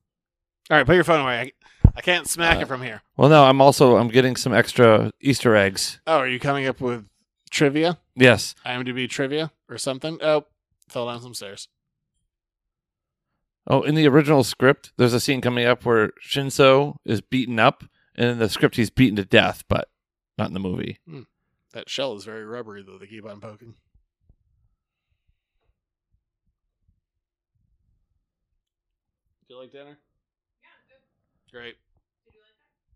Speaker 5: All right, put your phone away. I, I can't smack it from here.
Speaker 6: Well, no, I'm also I'm getting some extra Easter eggs.
Speaker 5: Oh, are you coming up with trivia?
Speaker 6: Yes.
Speaker 5: IMDb trivia or something? Oh, fell down some stairs.
Speaker 6: Oh, in the original script, there's a scene coming up where Shinso is beaten up, and in the script he's beaten to death, but not in the movie.
Speaker 5: That shell is very rubbery, though. They keep on poking. Do you like dinner? Yeah, Great.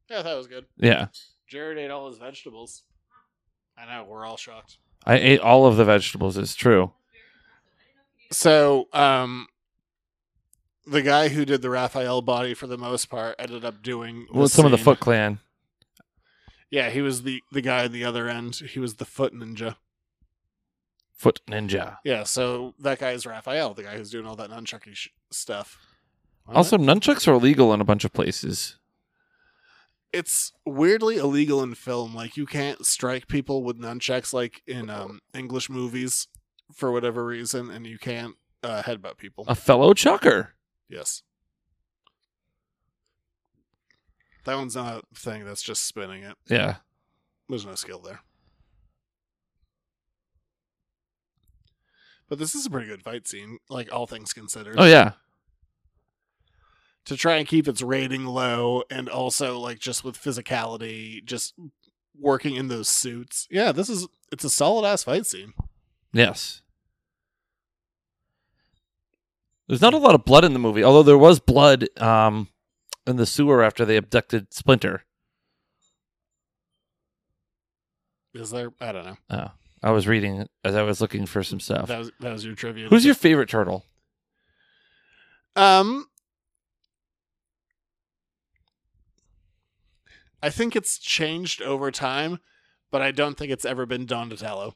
Speaker 5: Yeah, that was good.
Speaker 6: Yeah,
Speaker 5: Jared ate all his vegetables. I know, we're all shocked.
Speaker 6: I ate all of the vegetables. It's true.
Speaker 5: So, um, the guy who did the Raphael body for the most part ended up doing the
Speaker 6: Well, some of the
Speaker 5: scene.
Speaker 6: Foot Clan.
Speaker 5: Yeah, he was the the guy at the other end. He was the foot ninja.
Speaker 6: Foot Ninja.
Speaker 5: Yeah, so that guy is Raphael, the guy who's doing all that nunchucky sh- stuff. Wasn't
Speaker 6: Also,
Speaker 5: it?
Speaker 6: nunchucks are illegal in a bunch of places.
Speaker 5: it's weirdly illegal in film. Like you can't strike people with nunchucks, like in um, English movies, for whatever reason, and you can't uh, headbutt people.
Speaker 6: A fellow chucker.
Speaker 5: Yes, that one's not a thing. That's just spinning it.
Speaker 6: Yeah.
Speaker 5: There's no skill there. But this is a pretty good fight scene, like all things considered.
Speaker 6: Oh yeah.
Speaker 5: To try and keep its rating low and also like just with physicality, just working in those suits. Yeah, this is it's a solid ass fight scene.
Speaker 6: Yes. There's not a lot of blood in the movie, although there was blood um, in the sewer after they abducted Splinter.
Speaker 5: Is there I don't know.
Speaker 6: Oh, I was reading as I was looking for some stuff.
Speaker 5: That was that was your trivia.
Speaker 6: Who's your favorite turtle?
Speaker 5: um I think it's changed over time, but I don't think it's ever been Donatello.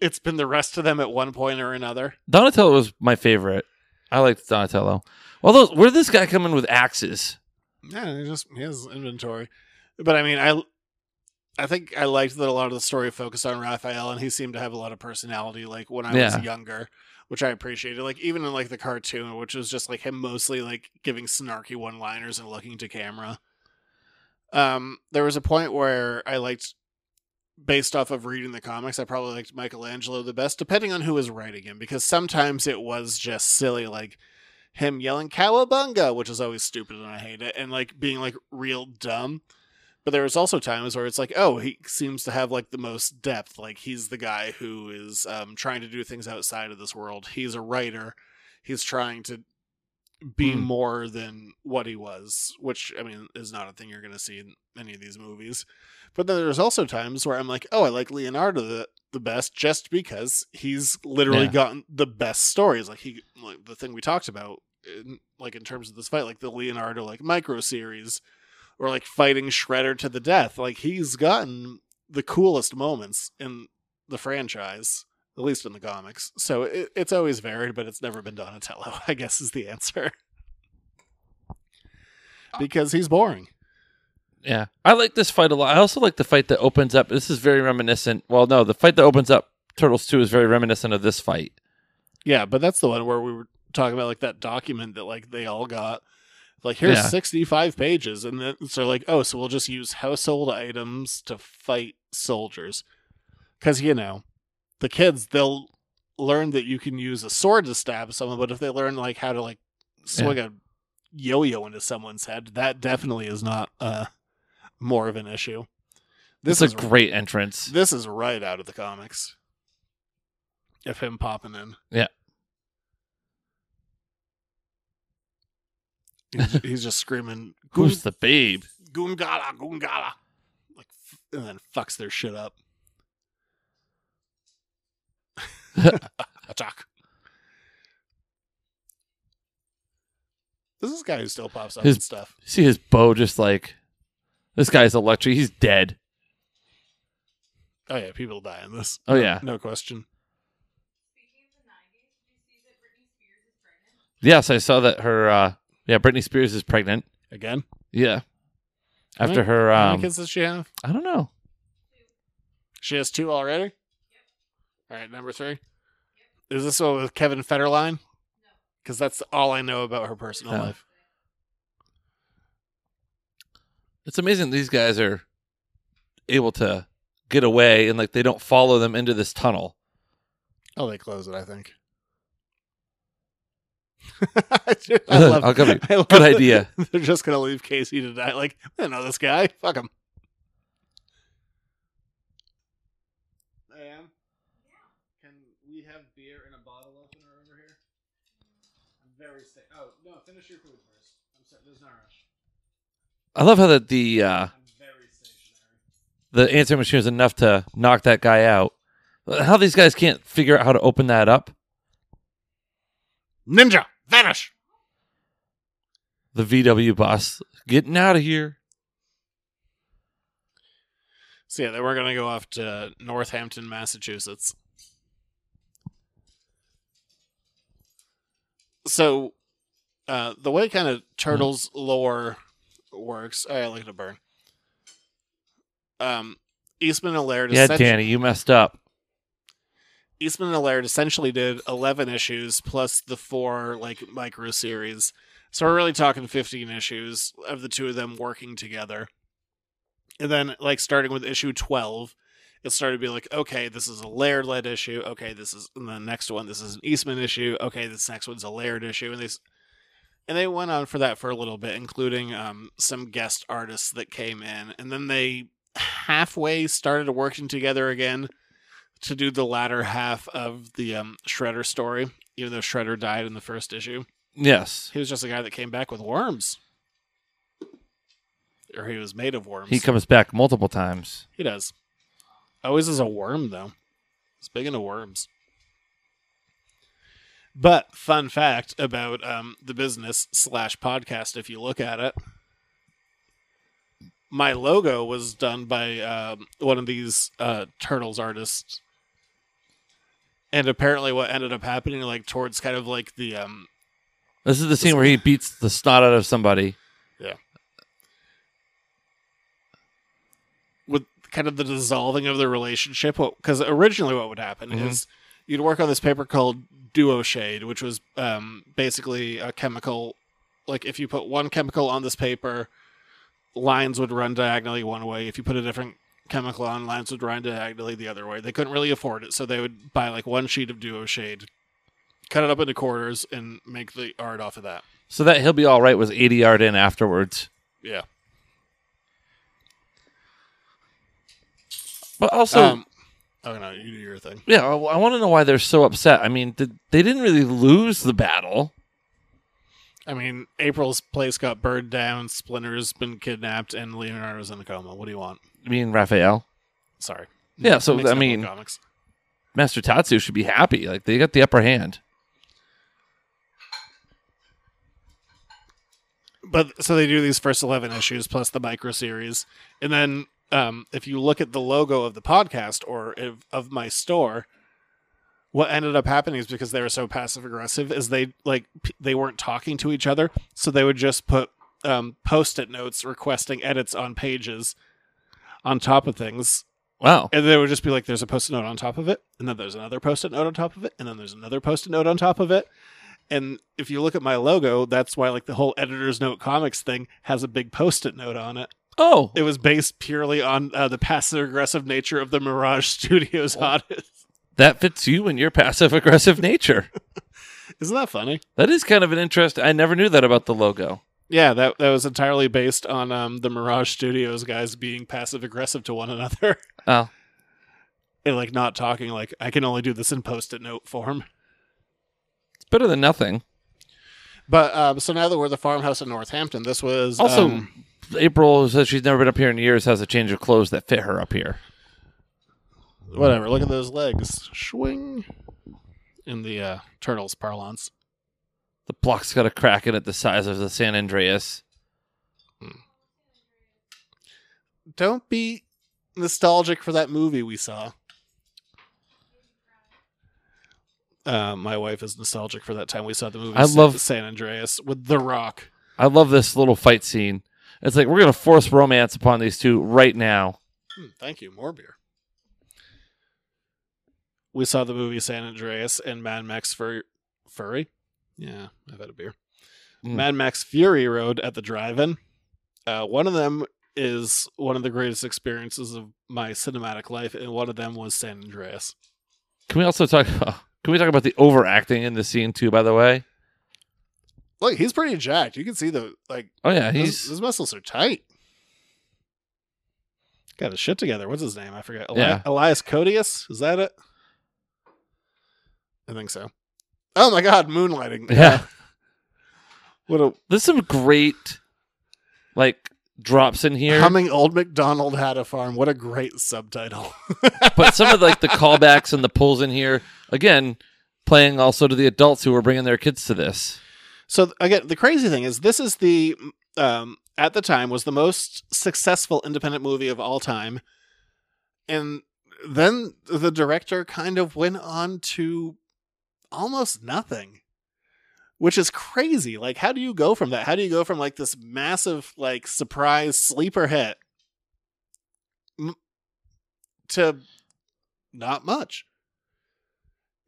Speaker 5: It's been the rest of them at one point or another.
Speaker 6: Donatello was my favorite. I liked Donatello. Although, where did this guy come in with axes?
Speaker 5: Yeah, he just he has inventory. But I mean, I I think I liked that a lot of the story focused on Raphael, and he seemed to have a lot of personality. Like when I
Speaker 6: Yeah.
Speaker 5: was younger, which I appreciated. Like even in like the cartoon, which was just like him mostly like giving snarky one liners and looking to camera. Um, there was a point where I liked, based off of reading the comics, I probably liked Michelangelo the best, depending on who was writing him, because sometimes it was just silly, like him yelling cowabunga, which is always stupid and I hate it, and like being like real dumb. But there was also times where it's like, oh, he seems to have like the most depth. Like he's the guy who is um, trying to do things outside of this world. He's a writer. He's trying to be
Speaker 6: Hmm.
Speaker 5: more than what he was, which I mean is not a thing you're going to see in any of these movies. But then there's also times where I'm like, oh, I like Leonardo the, the best just because he's literally
Speaker 6: Yeah.
Speaker 5: gotten the best stories. Like he, like the thing we talked about, in, like in terms of this fight, like the Leonardo like micro series, or like fighting Shredder to the death. Like he's gotten the coolest moments in the franchise, at least in the comics. So it, it's always varied, but it's never been Donatello. I guess is the answer. Because he's boring.
Speaker 6: Yeah, I like this fight a lot. I also like the fight that opens up. This is very reminiscent. Well, no, the fight that opens up Turtles Two is very reminiscent of this fight.
Speaker 5: Yeah, but that's the one where we were talking about like that document that like they all got. Like here's
Speaker 6: Yeah.
Speaker 5: 65 pages and then so like, oh, so we'll just use household items to fight soldiers. Cuz you know, the kids they'll learn that you can use a sword to stab someone, but if they learn like how to like swing a yo-yo into someone's head, that definitely is not uh more of an issue.
Speaker 6: This is a great entrance.
Speaker 5: This is right out of the comics. Of him popping in.
Speaker 6: Yeah.
Speaker 5: He's, he's just screaming,
Speaker 6: Who's
Speaker 5: "Goon-
Speaker 6: the babe?
Speaker 5: Goongala, Goongala. Like, f- and then fucks their shit up. Attack. This is a guy who still pops up
Speaker 6: His-
Speaker 5: and stuff.
Speaker 6: See his bow just like this guy's electric. He's dead.
Speaker 5: Oh, yeah, people die in this.
Speaker 6: Oh yeah.
Speaker 5: No question.
Speaker 6: Yes, I saw that her. Uh, yeah, Britney Spears is pregnant.
Speaker 5: Again,
Speaker 6: Yeah, after
Speaker 5: many-
Speaker 6: her.
Speaker 5: how many
Speaker 6: Um,
Speaker 5: kids does she have?
Speaker 6: I don't know.
Speaker 5: She has two already. All right, number three. Is this one with Kevin Federline? Because that's all I know about her personal
Speaker 6: No.
Speaker 5: life.
Speaker 6: It's amazing these guys are able to get away and like they don't follow them into this tunnel.
Speaker 5: Oh, they close it. I think. I love,
Speaker 6: I'll cover you.
Speaker 5: I love
Speaker 6: Good
Speaker 5: that
Speaker 6: idea.
Speaker 5: They're just gonna leave Casey to die. Like I know this guy. Fuck him. I am. Can we have beer in a bottle opener over here? I'm very sick. Oh no! Finish your food first. I'm sorry. There's no rush.
Speaker 6: I love how that the uh,
Speaker 5: I'm very stationary.
Speaker 6: the answering machine is enough to knock that guy out. How these guys can't figure out how to open that up?
Speaker 5: Ninja, vanish.
Speaker 6: The VW boss getting out of here.
Speaker 5: So yeah, they were gonna go off to Northampton, Massachusetts. So, uh, the way kind of turtles
Speaker 6: Mm-hmm.
Speaker 5: lore works, oh, I like to burn. Um, Eastman and Laird.
Speaker 6: Yeah,
Speaker 5: essen-
Speaker 6: Danny, you messed up.
Speaker 5: Eastman and Laird essentially did eleven issues plus the four like micro series, so we're really talking fifteen issues of the two of them working together. And then, like starting with issue twelve, it started to be like, okay, this is a Laird led issue. Okay, this is and the next one. This is an Eastman issue. Okay, this next one's a Laird issue, and they s- and they went on for that for a little bit, including um, some guest artists that came in, and then they halfway started working together again to do the latter half of the um, Shredder story, even though Shredder died in the first issue.
Speaker 6: Yes,
Speaker 5: He was just a guy that came back with worms. Or he was made of worms.
Speaker 6: he comes back multiple times.
Speaker 5: He does. Always is a worm, though. He's big into worms. But fun fact about um, the business slash podcast, if you look at it, my logo was done by um, one of these uh, turtles artists. And apparently, what ended up happening, like towards kind of like the um,
Speaker 6: This is the scene where he beats the snot out of somebody.
Speaker 5: with kind of the dissolving of the relationship because originally what would happen
Speaker 6: Mhm.
Speaker 5: is you'd work on this paper called duo shade which was um, basically a chemical like if you put one chemical on this paper lines would run diagonally one way if you put a different chemical on lines would run diagonally the other way they couldn't really afford it so they would buy like one sheet of duo shade cut it up into quarters and make the art off of that
Speaker 6: So that he'll be all right was 80 yard in afterwards.
Speaker 5: yeah
Speaker 6: But also,
Speaker 5: um, oh no you do your thing
Speaker 6: yeah, I, want to know why they're so upset. I mean, did, they didn't really lose the battle.
Speaker 5: I mean, April's place got burned down, Splinter's been kidnapped, and Leonardo's in a coma. What do you want?
Speaker 6: Me and Raphael,
Speaker 5: Sorry.
Speaker 6: Yeah, so,
Speaker 5: Mixing
Speaker 6: I
Speaker 5: up with
Speaker 6: mean-
Speaker 5: comics.
Speaker 6: Master Tatsu should be happy. Like they got the upper hand.
Speaker 5: but so they do these first 11 issues plus the micro series and then um, if you look at the logo of the podcast or if, of my store what ended up happening is because they were so passive aggressive is they like p- they weren't talking to each other so they would just put um, post-it notes requesting edits on pages on top of things
Speaker 6: Wow.
Speaker 5: And they would just be like, there's a post it note on top of it, and then there's another post it note on top of it, and then there's another post it note on top of it. And if you look at my logo, that's why like the whole editor's note comics thing has a big post it note on it.
Speaker 6: Oh,
Speaker 5: It was based purely on uh, the passive aggressive nature of the Mirage Studios artists.
Speaker 6: that fits you and your passive aggressive nature.
Speaker 5: Isn't that funny?
Speaker 6: that is kind of an interest. I never knew that about the logo.
Speaker 5: Yeah, that, that was entirely based on um, the Mirage Studios guys being passive aggressive to one another
Speaker 6: Oh,
Speaker 5: and like not talking, like, I can only do this in post it note form.
Speaker 6: it's better than nothing.
Speaker 5: But um, so now that we're the farmhouse in Northampton, this was
Speaker 6: Also,
Speaker 5: um,
Speaker 6: April says she's never been up here in years. Has a change of clothes that fit her up here.
Speaker 5: whatever. Look at those legs. Swing. In the uh, turtles parlance.
Speaker 6: The block's got a crack in it the size of the San Andreas.
Speaker 5: Don't be nostalgic for that movie we saw. uh, my wife is nostalgic for that time we saw the movie.
Speaker 6: I love-
Speaker 5: San Andreas with The Rock.
Speaker 6: I love this little fight scene. It's like we're gonna force romance upon these two right now.
Speaker 5: Hmm, thank you. More beer. We saw the movie San Andreas and Mad Max Fur- Furry. Yeah, I've had a beer.
Speaker 6: Mm.
Speaker 5: Mad Max Fury Road at the drive-in. Uh, one of them is one of the greatest experiences of my cinematic life, and one of them was San Andreas.
Speaker 6: Can we also talk? Can we talk about the overacting in the scene too? By the way,
Speaker 5: Look, he's pretty jacked. You can see the like
Speaker 6: oh yeah,
Speaker 5: his,
Speaker 6: he's
Speaker 5: his muscles are tight. Got his shit together. What's his name? I forget. Eli-
Speaker 6: Yeah.
Speaker 5: Elias Codius? Is that it? I think so. Oh my god, moonlighting.
Speaker 6: yeah.
Speaker 5: What a
Speaker 6: There's some great like drops in here,
Speaker 5: humming old McDonald had a farm. What a great subtitle.
Speaker 6: but some of like the callbacks and the pulls in here again, playing also to the adults who are bringing their kids to this.
Speaker 5: So th- again, the crazy thing is, this is the um, at the time was the most successful independent movie of all time, and then the director kind of went on to almost nothing, which is crazy. Like, how do you go from that? How do you go from like this massive like surprise sleeper hit m- to not much?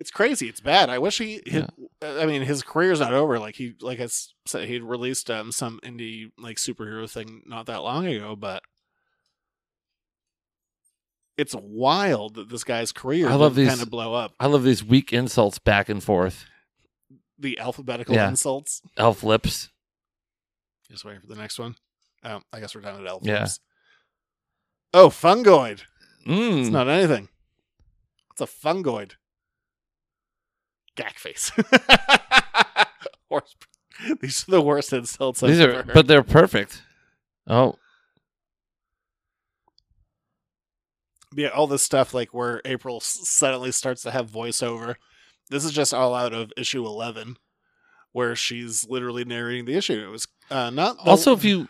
Speaker 5: It's crazy. It's bad. I wish he
Speaker 6: Yeah.
Speaker 5: had I mean, his career's not over. Like he, like I s- said, he released um some indie like superhero thing not that long ago, but it's wild that this guy's career
Speaker 6: I love these-
Speaker 5: kind of blow up.
Speaker 6: I love these weak insults back and forth.
Speaker 5: The alphabetical
Speaker 6: Yeah.
Speaker 5: insults.
Speaker 6: Elf lips.
Speaker 5: Just waiting for the next one. Um, I guess we're down at elf.
Speaker 6: Yeah.
Speaker 5: lips. Oh, fungoid.
Speaker 6: Mm.
Speaker 5: It's not anything. It's a fungoid. Gack face. Worst- These are the worst insults I've
Speaker 6: These
Speaker 5: ever
Speaker 6: are,
Speaker 5: heard.
Speaker 6: but they're perfect. Oh,
Speaker 5: yeah, all this stuff like where April s- suddenly starts to have voiceover. This is just all out of issue eleven, where she's literally narrating the issue. It was uh, not the-
Speaker 6: also if you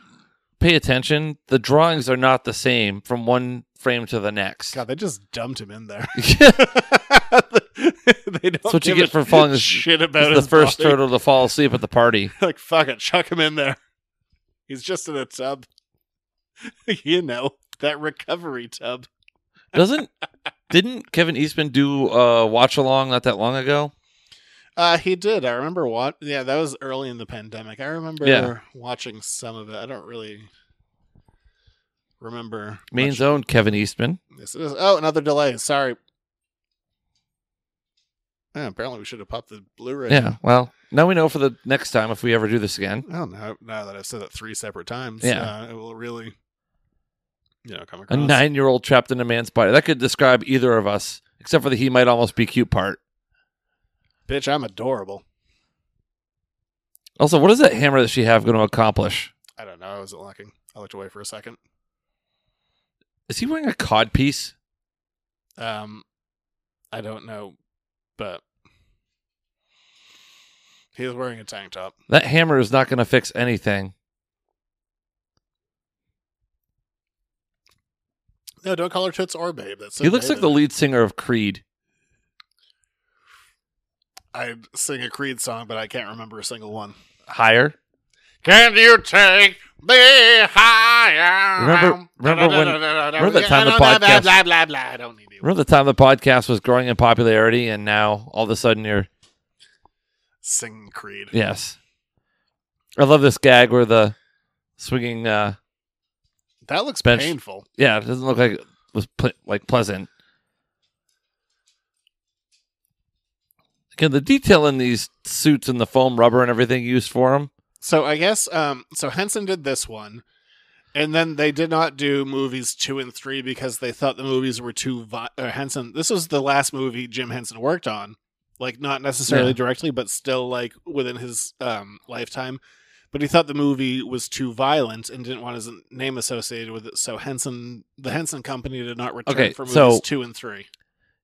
Speaker 6: pay attention, the drawings are not the same from one frame to the next.
Speaker 5: God, they just dumped him in there.
Speaker 6: It's
Speaker 5: they don't
Speaker 6: what you
Speaker 5: give a
Speaker 6: get for falling as-
Speaker 5: shit about
Speaker 6: the
Speaker 5: his
Speaker 6: first
Speaker 5: body.
Speaker 6: turtle to fall asleep at the party.
Speaker 5: like fuck it, chuck him in there. He's just in a tub, you know that recovery tub.
Speaker 6: Doesn't didn't Kevin Eastman do a watch along not that long ago?
Speaker 5: Uh, he did. I remember what. Yeah, that was early in the pandemic. I remember
Speaker 6: Yeah.
Speaker 5: watching some of it. I don't really remember.
Speaker 6: Maine's
Speaker 5: much.
Speaker 6: own Kevin Eastman.
Speaker 5: Yes, it is. Oh, another delay. Sorry. Yeah, apparently, we should have popped the Blu-ray.
Speaker 6: Yeah. Well, now we know for the next time if we ever do this again.
Speaker 5: Oh no! Now that I've said that three separate times,
Speaker 6: Yeah.
Speaker 5: uh, it will really, you know, come
Speaker 6: A
Speaker 5: across.
Speaker 6: nine year old trapped in a man's body. That could describe either of us, except for the he might almost be cute part.
Speaker 5: Bitch, I'm adorable.
Speaker 6: Also, what is that hammer that she have going to accomplish?
Speaker 5: I don't know. I wasn't looking. I looked away for a second.
Speaker 6: Is he wearing a cod piece?
Speaker 5: Um, I don't know, but he was wearing a tank top.
Speaker 6: That hammer is not going to fix anything.
Speaker 5: No, don't call her toots or babe. That's so
Speaker 6: he looks like the
Speaker 5: dated.
Speaker 6: lead singer of Creed.
Speaker 5: I'd sing a Creed song, but I can't remember a single one.
Speaker 6: Higher.
Speaker 5: Can you take me higher?
Speaker 6: Remember- remember when- remember the time the
Speaker 5: Blah, blah,
Speaker 6: podcast-
Speaker 5: Blah, blah, blah. I don't need you.
Speaker 6: Remember the time the podcast was growing in popularity, and now all of a sudden you're
Speaker 5: Sing Creed.
Speaker 6: yes. I love this gag where the swinging. uh
Speaker 5: That looks
Speaker 6: Bench.
Speaker 5: painful.
Speaker 6: Yeah, it doesn't look like it was ple- like pleasant. Again, the detail in these suits and the foam rubber and everything used for them.
Speaker 5: So I guess um so Henson did this one and then they did not do movies 2 and 3 because they thought the movies were too vi- uh, Henson this was the last movie Jim Henson worked on like not necessarily
Speaker 6: Yeah.
Speaker 5: directly but still like within his um lifetime but he thought the movie was too violent and didn't want his name associated with it so Henson the Henson company did not return
Speaker 6: Okay,
Speaker 5: for movies
Speaker 6: so-
Speaker 5: 2 and 3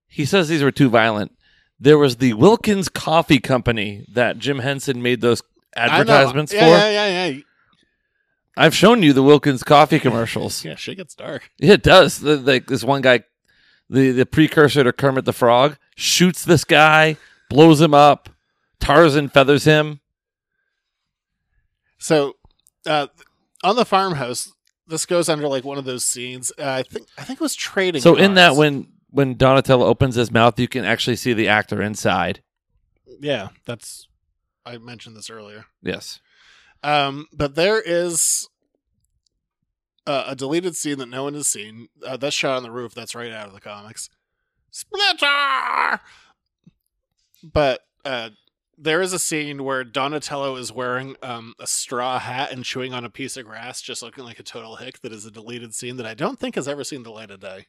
Speaker 6: He says these were too violent. There was the Wilkins Coffee Company that Jim Henson made those advertisements
Speaker 5: I know.
Speaker 6: for.
Speaker 5: yeah, yeah yeah yeah
Speaker 6: I've shown you the Wilkins Coffee commercials.
Speaker 5: yeah shit gets dark
Speaker 6: Yeah, it does. The- Like this one guy, the the precursor to Kermit the Frog, shoots this guy, blows him up. Tarzan feathers him.
Speaker 5: So, uh, on the farmhouse, this goes under like one of those scenes. Uh, I think I think it was trading.
Speaker 6: So in that
Speaker 5: Cards.
Speaker 6: when when Donatello opens his mouth, you can actually see the actor inside.
Speaker 5: yeah, that's I mentioned this earlier.
Speaker 6: Yes.
Speaker 5: Um, but there is uh, a deleted scene that no one has seen. Uh, that's shot on the roof. That's right out of the comics. Splinter. But uh, there is a scene where Donatello is wearing um, a straw hat and chewing on a piece of grass, just looking like a total hick. That is a deleted scene that I don't think has ever seen the light of day,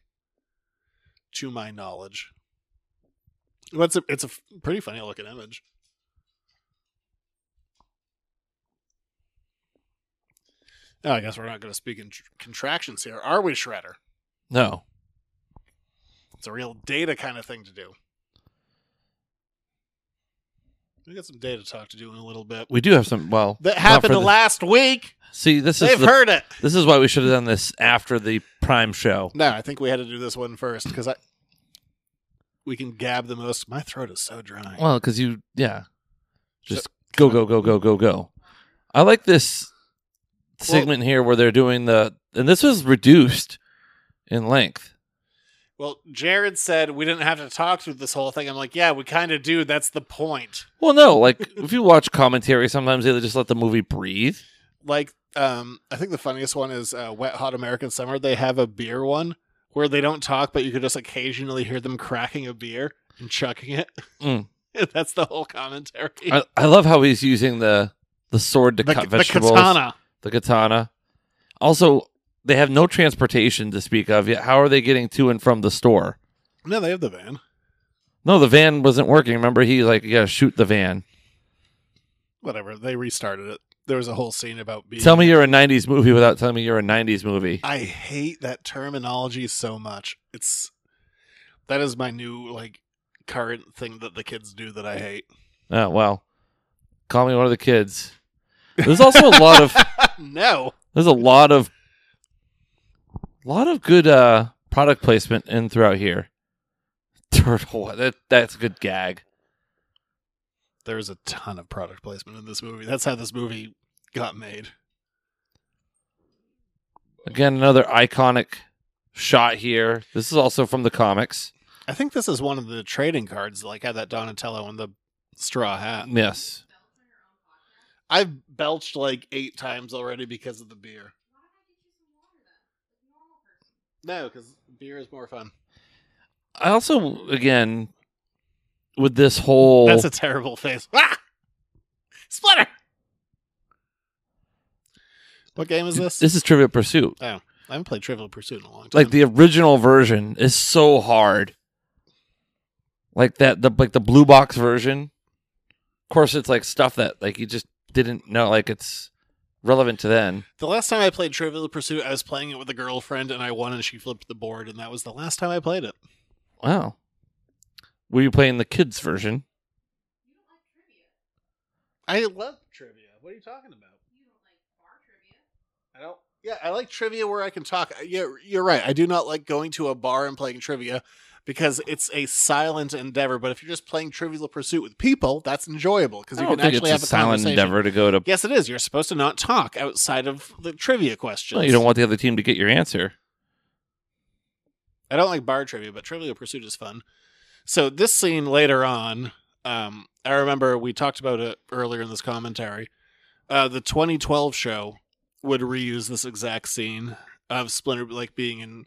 Speaker 5: to my knowledge. Well, it's a, it's a f- pretty funny looking image. Oh, I guess we're not going to speak in tr- contractions here, are we, Shredder?
Speaker 6: No.
Speaker 5: It's a real data kind of thing to do. We got some data talk to do in a little bit.
Speaker 6: We do have some. Well,
Speaker 5: That
Speaker 6: not
Speaker 5: happened
Speaker 6: for the-
Speaker 5: last week.
Speaker 6: See, this is
Speaker 5: They've
Speaker 6: the,
Speaker 5: heard it.
Speaker 6: this is why we should have done this after the Prime show.
Speaker 5: No, I think we had to do this one first because I we can gab the most. My throat is so dry.
Speaker 6: Well, because you, yeah, just go, go, go, go, go, go. I like this segment here where they're doing the, and this was reduced in length.
Speaker 5: well, Jared said we didn't have to talk through this whole thing. I'm like, yeah, we kind of do. That's the point.
Speaker 6: Well, no, like if you watch commentary, sometimes they just let the movie breathe.
Speaker 5: like um i think the funniest one is uh, wet hot american summer they have a beer one where they don't talk but you could just occasionally hear them cracking a beer and chucking it
Speaker 6: Mm.
Speaker 5: that's the whole commentary
Speaker 6: I, I love how he's using the the sword to
Speaker 5: the,
Speaker 6: cut
Speaker 5: the
Speaker 6: vegetables.
Speaker 5: katana
Speaker 6: The katana. Also, they have no transportation to speak of yet. How are they getting to and from the store?
Speaker 5: no they have the van
Speaker 6: No, the van wasn't working. Remember, he like you gotta shoot the van.
Speaker 5: whatever they restarted it there was a whole scene about being
Speaker 6: Tell me you're a '90s movie without telling me you're a '90s movie.
Speaker 5: i hate that terminology so much it's that is my new like current thing that the kids do that i hate
Speaker 6: Oh well, call me one of the kids. There's also a lot of
Speaker 5: no
Speaker 6: there's a lot of lot of good uh product placement in throughout here. Turtle, that that's a good gag.
Speaker 5: there's a ton of product placement in this movie that's how this movie got made
Speaker 6: Again, another iconic shot here. This is also from the comics.
Speaker 5: I think this is one of the trading cards, like had that Donatello and the straw hat.
Speaker 6: Yes.
Speaker 5: I've belched like eight times already because of the beer. No, because beer is more fun.
Speaker 6: I also again with this whole
Speaker 5: That's a terrible face. Ah! Splitter. What game is this? Oh,
Speaker 6: this is Trivial Pursuit.
Speaker 5: I haven't played Trivial Pursuit in a long time.
Speaker 6: like the original version is so hard. Like that the like the blue box version. Of course it's like stuff that like you just didn't know like it's relevant to then.
Speaker 5: the last time I played Trivial Pursuit, I was playing it with a girlfriend, and I won, and she flipped the board, and that was the last time I played it.
Speaker 6: Wow. Were you playing the kids version?
Speaker 5: I love trivia. What are you talking about? You don't like bar trivia. I don't. Yeah, I like trivia where I can talk. Uh, Yeah, you're right. I do not like going to a bar and playing trivia because it's a silent endeavor. But if you're just playing Trivial Pursuit with people, that's enjoyable because
Speaker 6: I
Speaker 5: you
Speaker 6: don't
Speaker 5: can
Speaker 6: think
Speaker 5: actually
Speaker 6: it's
Speaker 5: have
Speaker 6: a
Speaker 5: a
Speaker 6: silent
Speaker 5: conversation.
Speaker 6: endeavor to go to
Speaker 5: Yes, it is. You're supposed to not talk outside of the trivia questions.
Speaker 6: Well, you don't want the other team to get your answer.
Speaker 5: I don't like bar trivia, but Trivial Pursuit is fun. So this scene later on, um, I remember we talked about it earlier in this commentary. Uh, the 2012 show would reuse this exact scene of Splinter like being in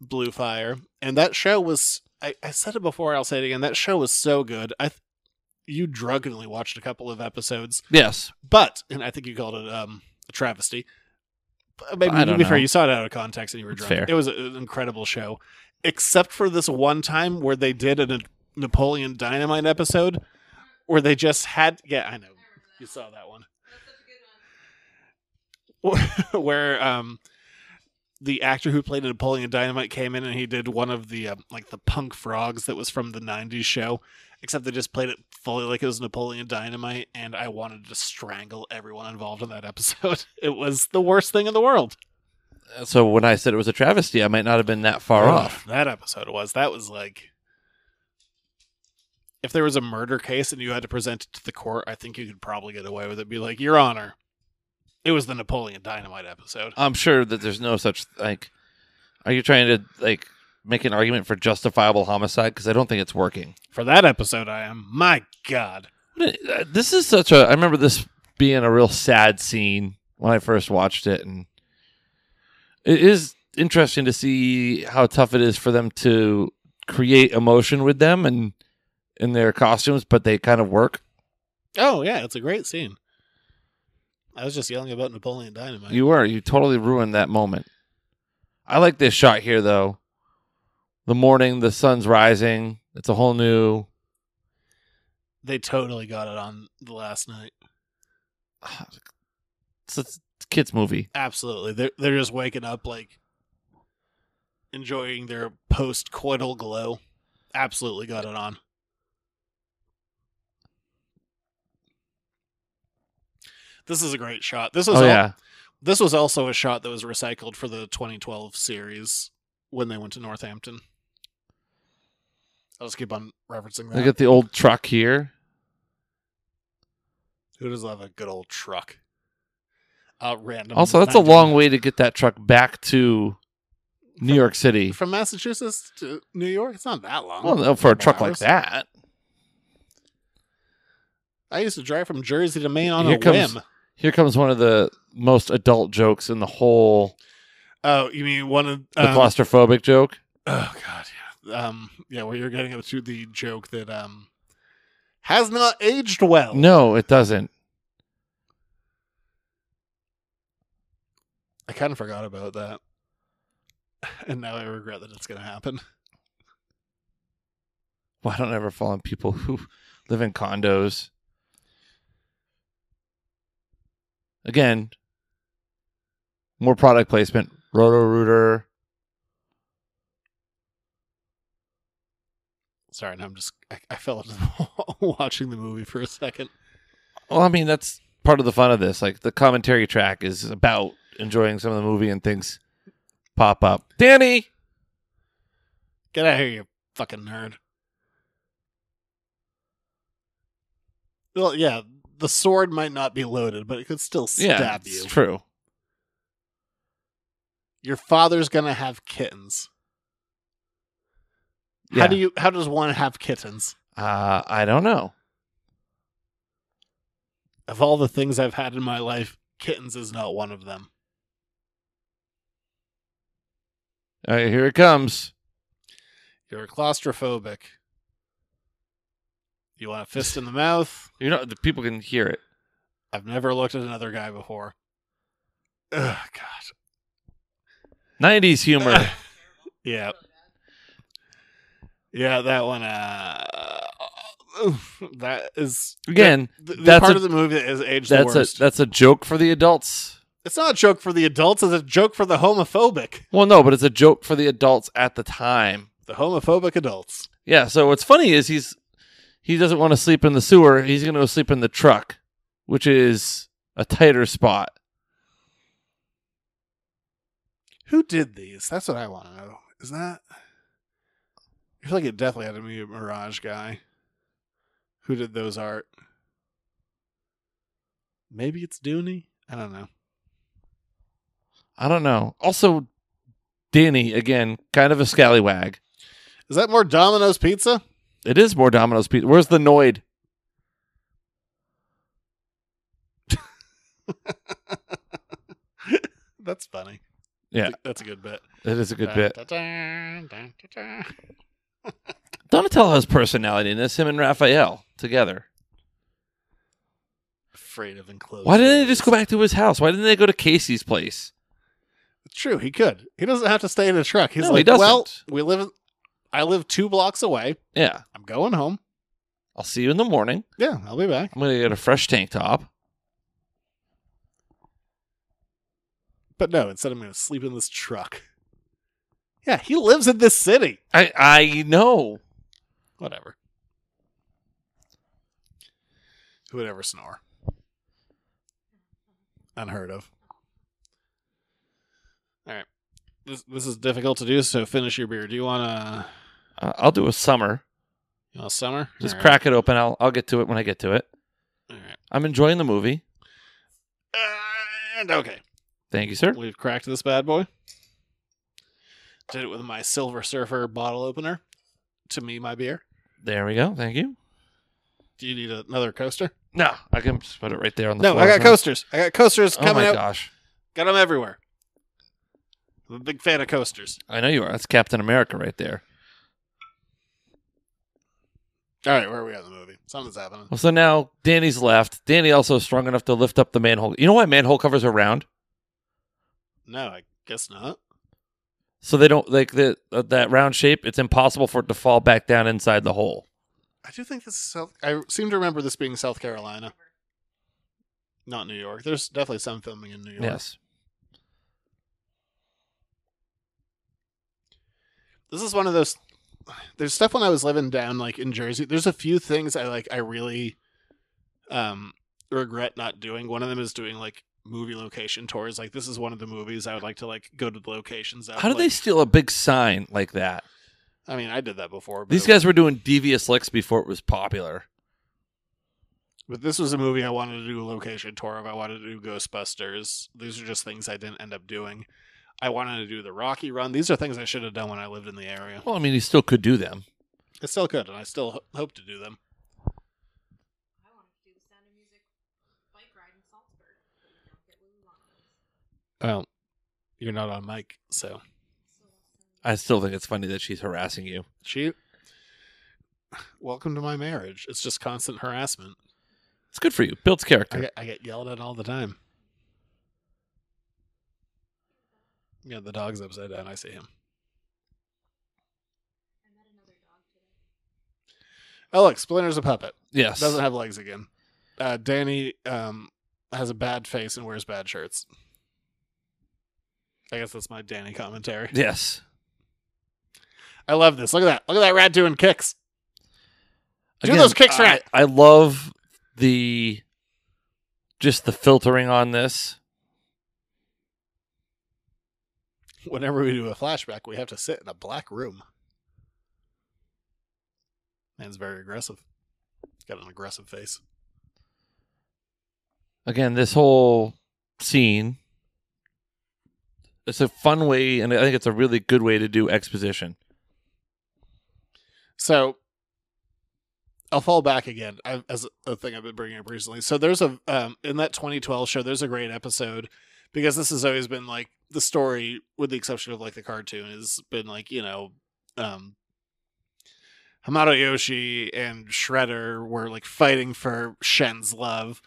Speaker 5: Blue Fire, and that show was. I, I said it before. I'll say it again. That show was so good. I, th- you drunkenly watched a couple of episodes,
Speaker 6: Yes.
Speaker 5: but and I think you called it um, a travesty. But Maybe
Speaker 6: I
Speaker 5: I
Speaker 6: don't
Speaker 5: fair.
Speaker 6: know.
Speaker 5: You saw it out of context and you were
Speaker 6: It's
Speaker 5: drunk.
Speaker 6: fair.
Speaker 5: It was an incredible show, except for this one time where they did a Napoleon Dynamite episode where they just had. Yeah, I know you saw that one. where um, the actor who played Napoleon Dynamite came in and he did one of the um, like the punk frogs that was from the '90s show, except they just played it fully like it was Napoleon Dynamite, and I wanted to strangle everyone involved in that episode. It was the worst thing in the world.
Speaker 6: Uh, So when I said it was a travesty, I Oh. might not have been that far
Speaker 5: Ugh,
Speaker 6: off.
Speaker 5: That episode was. That was like if there was a murder case and you had to present it to the court, I think you could probably get away with it. Be like, Your Honor, it was the Napoleon Dynamite episode.
Speaker 6: I'm sure that there's no such like. Are you trying to like make an argument for justifiable homicide? Because I don't think it's working.
Speaker 5: For that episode, I am. My God.
Speaker 6: uh, This is such a. I remember this being a real sad scene when I first watched it, and it is interesting to see how tough it is for them to create emotion with them and in their costumes, but they kind of work.
Speaker 5: Oh yeah, it's a great scene. I was just yelling about Napoleon Dynamite.
Speaker 6: You were. You totally ruined that moment. I like this shot here though. The morning, the sun's rising. It's a whole new.
Speaker 5: They totally got it on the last night.
Speaker 6: It's a kids movie.
Speaker 5: Absolutely. They're they're just waking up like enjoying their post coital glow. Absolutely got it on. This is a great shot. This was
Speaker 6: Oh
Speaker 5: al-
Speaker 6: yeah,
Speaker 5: this was also a shot that was recycled for the 2012 series when they went to Northampton. I'll just keep on referencing
Speaker 6: look
Speaker 5: that.
Speaker 6: at the old truck here.
Speaker 5: Who doesn't love a good old truck? Uh, random.
Speaker 6: Also, that's a
Speaker 5: 19
Speaker 6: long way to get that truck back to New York City.
Speaker 5: from Massachusetts to New York. It's not that long.
Speaker 6: Well, no, for a
Speaker 5: Couple
Speaker 6: truck like
Speaker 5: hours.
Speaker 6: that,
Speaker 5: I used to drive from Jersey to Maine on
Speaker 6: Here
Speaker 5: a
Speaker 6: comes-
Speaker 5: whim.
Speaker 6: here comes one of the most adult jokes in the whole
Speaker 5: Oh, you mean one of
Speaker 6: the
Speaker 5: um,
Speaker 6: claustrophobic joke.
Speaker 5: Oh God, yeah, um, yeah. Well, you're getting up to the joke that um has not aged well.
Speaker 6: No, it doesn't.
Speaker 5: I kind of forgot about that, and now I regret that it's going to happen.
Speaker 6: Why don't I ever fall on people who live in condos? Again, more product placement. Roto Rooter.
Speaker 5: Sorry, now I'm just I, I fell into watching the movie for a second.
Speaker 6: Well, I mean, that's part of the fun of this. Like the commentary track is about enjoying some of the movie and things pop up. Danny,
Speaker 5: Get out of here, you fucking nerd. Well, yeah, the sword might not be loaded, but it could still
Speaker 6: yeah,
Speaker 5: stab
Speaker 6: it's
Speaker 5: you.
Speaker 6: true.
Speaker 5: Your father's gonna have kittens.
Speaker 6: Yeah.
Speaker 5: How do you? How does one have kittens?
Speaker 6: Uh, I don't know.
Speaker 5: Of all the things I've had in my life, kittens is not one of them.
Speaker 6: All right, here it comes.
Speaker 5: You're claustrophobic. You want a fist in the mouth?
Speaker 6: You know, the people can hear it.
Speaker 5: I've never looked at another guy before. Ugh, God.
Speaker 6: Nineties humor.
Speaker 5: Yeah. Yeah, that one. Uh, that is
Speaker 6: Again,
Speaker 5: the, the
Speaker 6: that's
Speaker 5: part
Speaker 6: a-
Speaker 5: of the movie that is aged the
Speaker 6: that's a
Speaker 5: worst.
Speaker 6: that's a joke for the adults.
Speaker 5: it's not a joke for the adults. It's a joke for the homophobic.
Speaker 6: Well, no, but it's a joke for the adults at the time.
Speaker 5: The homophobic adults.
Speaker 6: Yeah. So what's funny is he's he doesn't want to sleep in the sewer. He's going to go sleep in the truck, which is a tighter spot.
Speaker 5: Who did these? That's what I want to know. Is that? I feel like it definitely had to be a Mirage guy. Who did those art? Maybe it's Dooney. I don't know.
Speaker 6: I don't know. Also, Danny again, kind of a scallywag.
Speaker 5: Is that more Domino's Pizza?
Speaker 6: It is more Domino's Pizza. Where's the Noid?
Speaker 5: That's funny.
Speaker 6: Yeah.
Speaker 5: that's a good bit.
Speaker 6: It is a
Speaker 5: Uh,
Speaker 6: good bit.
Speaker 5: Da-da-da, da-da-da.
Speaker 6: Donatello has personality in this. Him and Raphael together.
Speaker 5: Afraid of enclosed.
Speaker 6: Why didn't they
Speaker 5: areas.
Speaker 6: just go back to his house? Why didn't they go to Casey's place?
Speaker 5: True, he could. He doesn't have to stay in a truck. He's
Speaker 6: No, he
Speaker 5: like,
Speaker 6: doesn't.
Speaker 5: well, we live. in- I live two blocks away.
Speaker 6: Yeah.
Speaker 5: I'm going home.
Speaker 6: I'll see you in the morning.
Speaker 5: Yeah, I'll be back.
Speaker 6: I'm going to get a fresh tank top.
Speaker 5: But no, instead I'm going to sleep in this truck. Yeah, he lives in this city.
Speaker 6: I I know.
Speaker 5: Whatever. Who would ever snore? Unheard of. All right, this this is difficult to do. So finish your beer. Do you want to?
Speaker 6: Uh, I'll do a summer.
Speaker 5: You want summer?
Speaker 6: Just
Speaker 5: All right.
Speaker 6: crack it open. I'll I'll get to it when I get to it.
Speaker 5: All right.
Speaker 6: I'm enjoying the movie.
Speaker 5: And okay,
Speaker 6: Thank you, sir.
Speaker 5: we've cracked this bad boy. Did it with my Silver Surfer bottle opener. To me, my beer.
Speaker 6: There we go. Thank you.
Speaker 5: Do you need another coaster?
Speaker 6: No, I can just put it right there on the
Speaker 5: No,
Speaker 6: floor.
Speaker 5: I got
Speaker 6: so-
Speaker 5: coasters. I got coasters
Speaker 6: Oh my
Speaker 5: coming out.
Speaker 6: gosh.
Speaker 5: Got them everywhere. I'm a big fan of coasters.
Speaker 6: I know you are. That's Captain America right there.
Speaker 5: All right, where are we at in the movie? Something's happening.
Speaker 6: Well, so now Danny's left. Danny also is strong enough to lift up the manhole. You know why manhole covers are round?
Speaker 5: No, I guess not.
Speaker 6: So they don't like the uh, that round shape. It's impossible for it to fall back down inside the hole.
Speaker 5: I do think this is South. I seem to remember this being South Carolina, not New York. There's definitely some filming in New York.
Speaker 6: Yes.
Speaker 5: this is one of those there's stuff when i was living down like in jersey there's a few things i like i really um regret not doing one of them is doing like movie location tours like this is one of the movies i would like to like go to the locations of.
Speaker 6: How do
Speaker 5: like,
Speaker 6: they steal a big sign like that?
Speaker 5: i mean i did that before but
Speaker 6: These
Speaker 5: it-
Speaker 6: guys were doing devious licks before it was popular.
Speaker 5: but this was a movie i wanted to do a location tour of i wanted to do ghostbusters these are just things i didn't end up doing i wanted to do the rocky run these are things i should have done when i lived in the area
Speaker 6: Well, I mean, you still could do them.
Speaker 5: i still could and i still ho- hope to do them
Speaker 7: I wanted to do the Sound of Music bike ride in Salzburg. but we don't get Lululemons.
Speaker 5: well you're not on mic so
Speaker 6: I still think it's funny that she's harassing you.
Speaker 5: She. Welcome to my marriage. It's just constant harassment.
Speaker 6: It's good for you. Builds
Speaker 5: I
Speaker 6: character.
Speaker 5: get, I get yelled at all the time. Yeah, the dog's upside down. I see him.
Speaker 7: I met another dog today.
Speaker 5: Oh, look, Splinter's a puppet.
Speaker 6: Yes.
Speaker 5: Doesn't have legs again. Uh, Danny um, has a bad face and wears bad shirts. I guess that's my Danny commentary.
Speaker 6: Yes.
Speaker 5: I love this. Look at that. Look at that rat doing kicks. Do those kicks
Speaker 6: I-
Speaker 5: right.
Speaker 6: I love the just the filtering on this.
Speaker 5: Whenever we do a flashback, we have to sit in a black room. Man's very aggressive. Got an aggressive face.
Speaker 6: again, this whole scene. It's a fun way, and I think it's a really good way to do exposition.
Speaker 5: So I'll fall back again I, as a thing I've been bringing up recently. So there's a um, in that 2012 show. There's a great episode because this has always been like the story, with the exception of like the cartoon, has been like you know, um, Hamato Yoshi and Shredder were like fighting for Shen's love,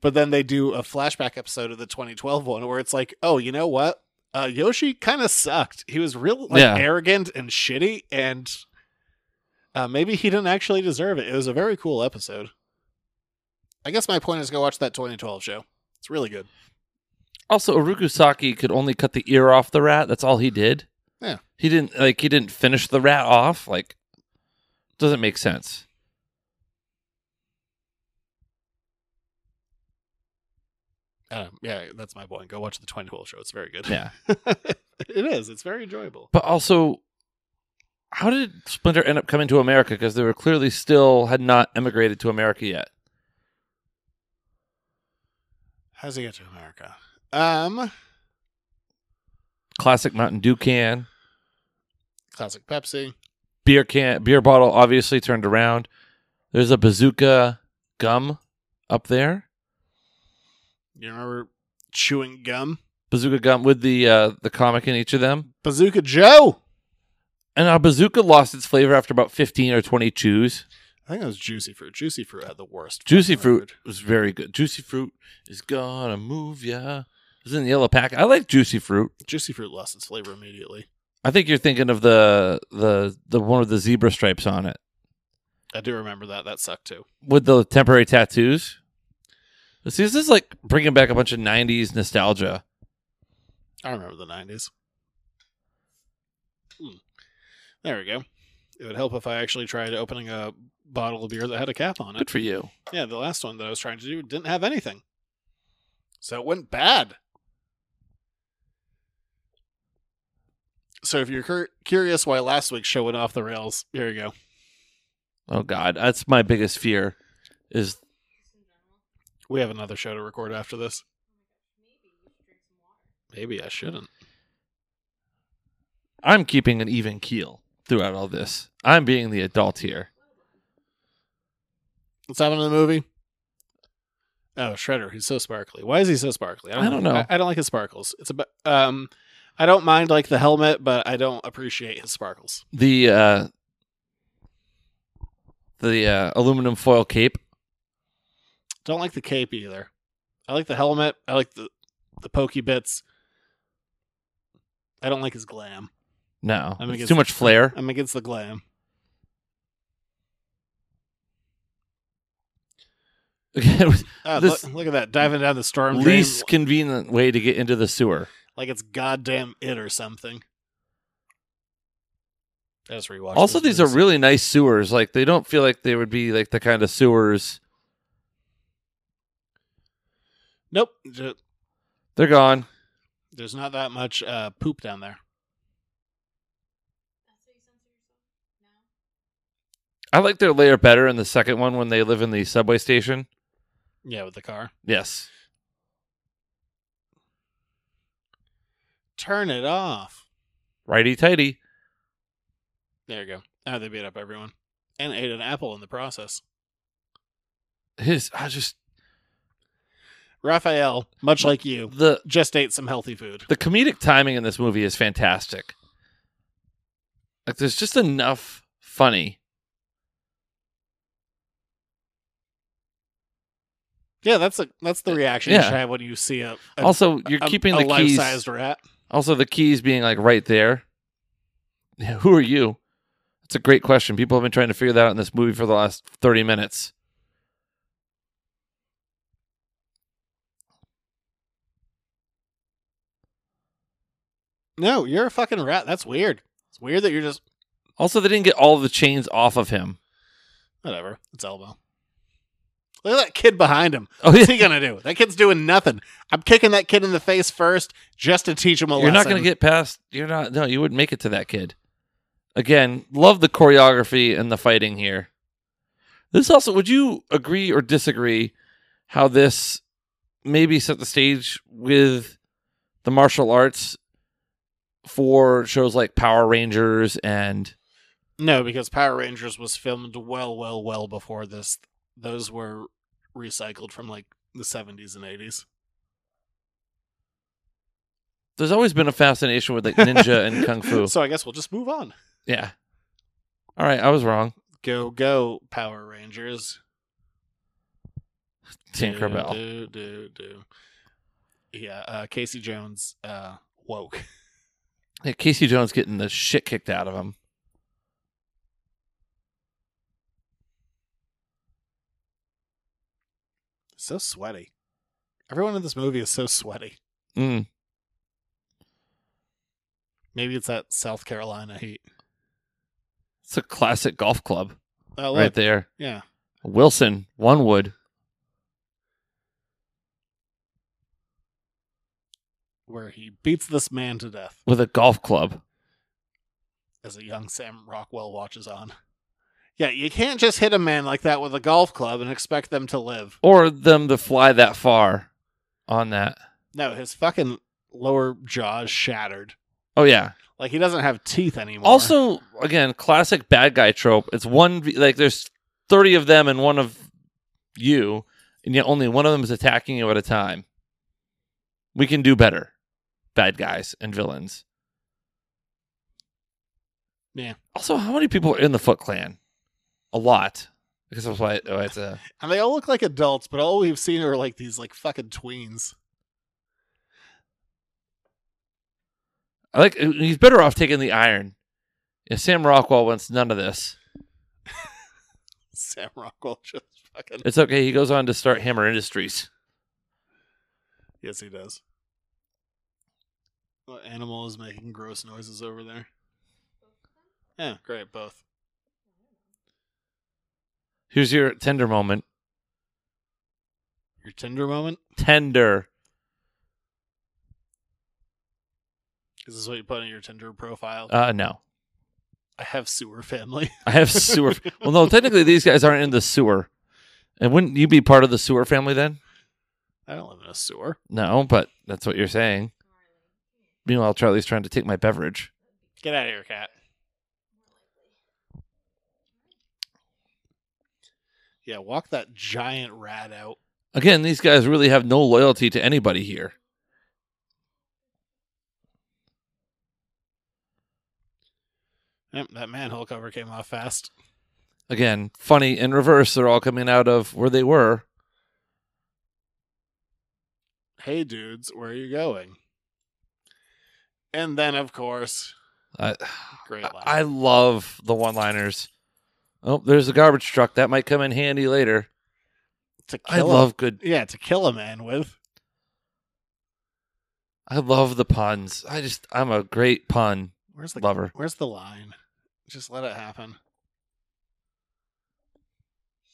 Speaker 5: but then they do a flashback episode of the 2012 one where it's like, oh, you know what? Uh, Yoshi kind of sucked. He was real like
Speaker 6: Yeah.
Speaker 5: arrogant and shitty and uh, maybe he didn't actually deserve it. It was a very cool episode. I guess my point is go watch that 2012 show. It's really good.
Speaker 6: Also, Uruku Saki could only cut the ear off the rat. That's all he did.
Speaker 5: Yeah.
Speaker 6: he didn't like he didn't finish the rat off. Like, doesn't make sense.
Speaker 5: Um, yeah, that's my point. Go watch the 2012 show. It's very good.
Speaker 6: Yeah,
Speaker 5: it is. It's very enjoyable.
Speaker 6: but also, how did Splinter end up coming to America? Because they were clearly still had not emigrated to America yet.
Speaker 5: How's he get to America? Um,
Speaker 6: Classic Mountain Dew can,
Speaker 5: classic Pepsi.
Speaker 6: beer can, beer bottle obviously turned around. There's a bazooka gum up there.
Speaker 5: You remember chewing gum?
Speaker 6: Bazooka Gum with the uh, the comic in each of them.
Speaker 5: Bazooka Joe.
Speaker 6: And our bazooka lost its flavor after about fifteen or twenty chews.
Speaker 5: I think it was Juicy Fruit. Juicy Fruit had the worst.
Speaker 6: Juicy
Speaker 5: flavor.
Speaker 6: Fruit was very Oh, good. Juicy Fruit is gonna move ya. It was in the yellow pack. I like Juicy Fruit.
Speaker 5: Juicy Fruit lost its flavor immediately.
Speaker 6: I think you're thinking of the the the one with the zebra stripes on it
Speaker 5: I do remember that. That sucked too.
Speaker 6: with the temporary tattoos. See, this is like bringing back a bunch of '90s nostalgia.
Speaker 5: I remember the 90s. Hmm. There we go. It would help if I actually tried opening a bottle of beer that had a cap on
Speaker 6: Good
Speaker 5: it.
Speaker 6: for you.
Speaker 5: Yeah, the last one that I was trying to do didn't have anything. So it went bad. So if you're cur- curious why last week's show went off the rails, here you go.
Speaker 6: Oh God, that's my biggest fear. Is
Speaker 5: We have another show to record after this. Maybe I shouldn't.
Speaker 6: I'm keeping an even keel throughout all this. I'm being the adult here.
Speaker 5: What's happening in the movie? Oh, Shredder, he's so sparkly. Why is he so sparkly?
Speaker 6: I don't know.
Speaker 5: I, I don't like his sparkles. It's about um I don't mind like the helmet, but I don't appreciate his sparkles.
Speaker 6: The uh the uh, aluminum foil cape.
Speaker 5: Don't like the cape either. I like the helmet. I like the the pokey bits. I don't like his glam.
Speaker 6: No,
Speaker 5: I'm
Speaker 6: it's
Speaker 5: against
Speaker 6: too much flair.
Speaker 5: I'm against the glam. Uh,
Speaker 6: This-
Speaker 5: look, look at that diving down the storm drain
Speaker 6: Least convenient way to get into the sewer.
Speaker 5: like it's goddamn it or something. That's rewatch.
Speaker 6: Also,
Speaker 5: this
Speaker 6: these are
Speaker 5: movie.
Speaker 6: really nice sewers. Like they don't feel like they would be like the kind of sewers.
Speaker 5: nope. ju-
Speaker 6: They're gone.
Speaker 5: There's not that much uh, poop down there.
Speaker 7: That's how you censor yourself? No?
Speaker 6: I like their layer better in the second one when they live in the subway station.
Speaker 5: Yeah, with the car.
Speaker 6: Yes.
Speaker 5: Turn it off.
Speaker 6: Righty tighty.
Speaker 5: There you go. Ah, they beat up everyone and ate an apple in the process.
Speaker 6: His I just
Speaker 5: Raphael, much like you,
Speaker 6: the
Speaker 5: just ate some healthy food.
Speaker 6: the comedic timing in this movie is fantastic. Like there's just enough funny.
Speaker 5: Yeah, that's a that's the reaction you
Speaker 6: Uh, Yeah.
Speaker 5: should have when you see a, a
Speaker 6: Also, you're
Speaker 5: a-
Speaker 6: keeping
Speaker 5: a
Speaker 6: the keys.
Speaker 5: life-sized rat.
Speaker 6: Also, the keys being like right there. Yeah, who are you? That's a great question. People have been trying to figure that out in this movie for the last 30 minutes.
Speaker 5: No, you're a fucking rat. That's weird. It's weird that you're just
Speaker 6: Also, they didn't get all the chains off of him.
Speaker 5: whatever. It's Elmo. Look at that kid behind him.
Speaker 6: Oh,
Speaker 5: What's
Speaker 6: yeah.
Speaker 5: he gonna do? That kid's doing nothing. I'm kicking that kid in the face first just to teach him a
Speaker 6: You're
Speaker 5: lesson.
Speaker 6: not going to get past. You're not. No, you wouldn't make it to that kid. Again, love the choreography and the fighting here. This also, would you agree or disagree how this maybe set the stage with the martial arts for shows like Power Rangers and
Speaker 5: No, because Power Rangers was filmed well, well, well before this. Those were recycled from like the 70s and 80s.
Speaker 6: there's always been a fascination with like ninja and kung fu.
Speaker 5: So I guess we'll just move on.
Speaker 6: Yeah. All right, I was wrong.
Speaker 5: Go, go, Power Rangers.
Speaker 6: Tinkerbell.
Speaker 5: Do, do, do. Yeah, uh, Casey Jones uh, woke.
Speaker 6: Yeah, Casey Jones getting the shit kicked out of him.
Speaker 5: So sweaty. Everyone in this movie is so sweaty.
Speaker 6: Mm.
Speaker 5: Maybe it's that South Carolina heat.
Speaker 6: It's a classic golf club
Speaker 5: Oh, look.
Speaker 6: right there.
Speaker 5: Yeah.
Speaker 6: Wilson, one wood.
Speaker 5: Where he beats this man to death
Speaker 6: with a golf club.
Speaker 5: as a young Sam Rockwell watches on. Yeah, you can't just hit a man like that with a golf club and expect them to live.
Speaker 6: Or them to fly that far on that.
Speaker 5: No, his fucking lower jaw is shattered.
Speaker 6: Oh yeah.
Speaker 5: Like he doesn't have teeth anymore.
Speaker 6: Also, again, classic bad guy trope. It's one v- like there's thirty of them and one of you, and yet only one of them is attacking you at a time. We can do better, bad guys and villains.
Speaker 5: Yeah.
Speaker 6: Also, how many people are in the Foot Clan? A lot. Because that's why why it's a
Speaker 5: and they all look like adults, but all we've seen are like these like fucking tweens.
Speaker 6: I like uh, he's better off taking the iron. Yeah, Sam Rockwell wants none of this.
Speaker 5: Sam Rockwell just fucking
Speaker 6: It's okay. He goes on to start Hammer Industries.
Speaker 5: Yes, he does. What animal is making gross noises over there? Yeah, great, both.
Speaker 6: Here's your tender moment.
Speaker 5: Your Tinder moment?
Speaker 6: Tender.
Speaker 5: Is this what you put in your Tinder profile?
Speaker 6: Uh, no.
Speaker 5: I have sewer family.
Speaker 6: I have sewer. well, no, technically these guys aren't in the sewer. And wouldn't you be part of the sewer family then?
Speaker 5: I don't live in a sewer.
Speaker 6: No, but that's what you're saying. Meanwhile, Charlie's trying to take my beverage.
Speaker 5: Get out of here, cat. Yeah, walk that giant rat out.
Speaker 6: Again, these guys really have no loyalty to anybody here.
Speaker 5: Yep, that manhole cover came off fast.
Speaker 6: Again, funny in reverse. They're all coming out of where they were.
Speaker 5: Hey, dudes, where are you going? And then, of course,
Speaker 6: I,
Speaker 5: great
Speaker 6: I-
Speaker 5: laugh.
Speaker 6: I love the one liners. Oh, there's a garbage truck. That might come in handy later.
Speaker 5: to kill
Speaker 6: I
Speaker 5: a-
Speaker 6: love good.
Speaker 5: yeah, to kill a man with.
Speaker 6: I love the puns. I just, I'm a great pun
Speaker 5: Where's the
Speaker 6: lover.
Speaker 5: Where's the line? Just let it happen.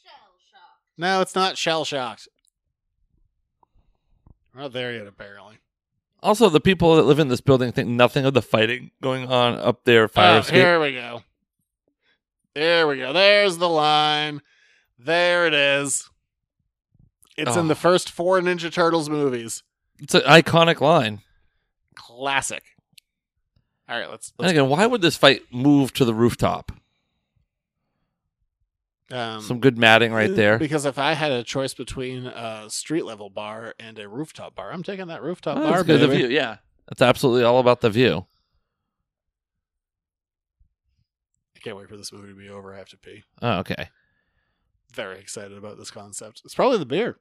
Speaker 7: Shell shock.
Speaker 5: No, it's not shell shocked. We're not there yet, apparently.
Speaker 6: Also, the people that live in this building think nothing of the fighting going on up there. Fire
Speaker 5: Oh,
Speaker 6: escape.
Speaker 5: here we go. There we go. There's the line. There it is. It's in
Speaker 6: Oh.
Speaker 5: the first four Ninja Turtles movies.
Speaker 6: It's an iconic line.
Speaker 5: Classic. All right, let's.
Speaker 6: And
Speaker 5: let's
Speaker 6: again, why would this fight move to the rooftop?
Speaker 5: um,
Speaker 6: Some good matting right there.
Speaker 5: Because if I had a choice between a street level bar and a rooftop bar, I'm taking that rooftop
Speaker 6: Oh,
Speaker 5: bar.
Speaker 6: that's good, the
Speaker 5: baby.
Speaker 6: view, yeah. That's absolutely all about the view.
Speaker 5: I can't wait for this movie to be over. I have to pee.
Speaker 6: Oh, okay.
Speaker 5: Very excited about this concept. It's probably the beer.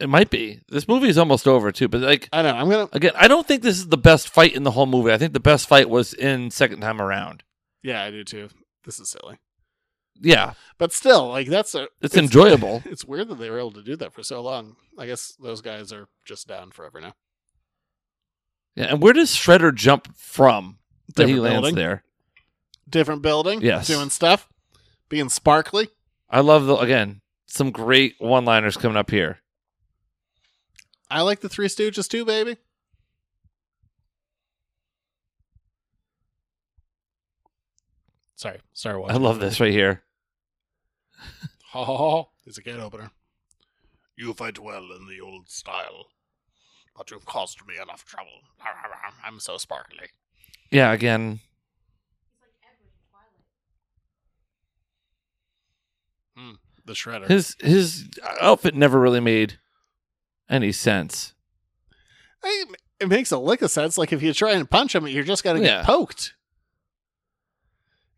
Speaker 6: It might be. This movie is almost over too, but like
Speaker 5: I know. I'm gonna.
Speaker 6: again, I don't think this is the best fight in the whole movie. I think the best fight was in second time around.
Speaker 5: Yeah, I do too. This is silly,
Speaker 6: Yeah.
Speaker 5: but still, like that's a.
Speaker 6: It's, enjoyable.
Speaker 5: It's weird that they were able to do that for so long. I guess those guys are just down forever now.
Speaker 6: yeah, and where does Shredder jump from that he
Speaker 5: Different
Speaker 6: lands
Speaker 5: building.
Speaker 6: there?
Speaker 5: Different building.
Speaker 6: Yes.
Speaker 5: Doing stuff. Being sparkly.
Speaker 6: I love the again, some great one liners coming up here.
Speaker 5: I like the Three Stooges too, baby. Sorry, Star Wars.
Speaker 6: I love this right here.
Speaker 5: Ha ha ha. It's a gate opener. You fight well in the old style, but you've caused me enough trouble. I'm so sparkly.
Speaker 6: Yeah, again.
Speaker 7: He's like Edward in Twilight.
Speaker 5: The Shredder.
Speaker 6: His his outfit never really made any sense.
Speaker 5: I- it makes a lick of sense. Like if you try and punch him, you're just going to
Speaker 6: Yeah.
Speaker 5: get poked.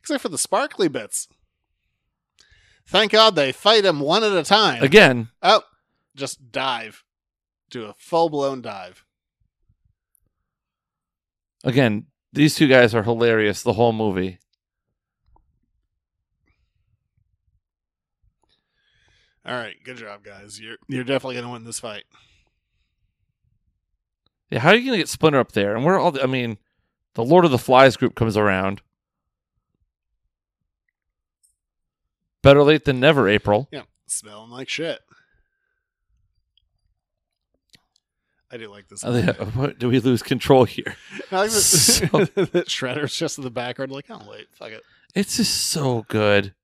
Speaker 5: Except for the sparkly bits. Thank God they fight him one at a time.
Speaker 6: Again,
Speaker 5: Oh, just dive. Do a full blown dive.
Speaker 6: again, these two guys are hilarious the whole movie.
Speaker 5: All right, good job, guys. You're you're definitely going to win this fight.
Speaker 6: Yeah, how are you going to get Splinter up there? And we're all, I mean, the Lord of the Flies group comes around. Better late than never, April.
Speaker 5: Yeah, smelling like shit. I do like this.
Speaker 6: Oh, yeah. What, do we lose control here?
Speaker 5: I like that-
Speaker 6: So-
Speaker 5: that Shredder's just in the background, like, oh wait, fuck it.
Speaker 6: It's just so good.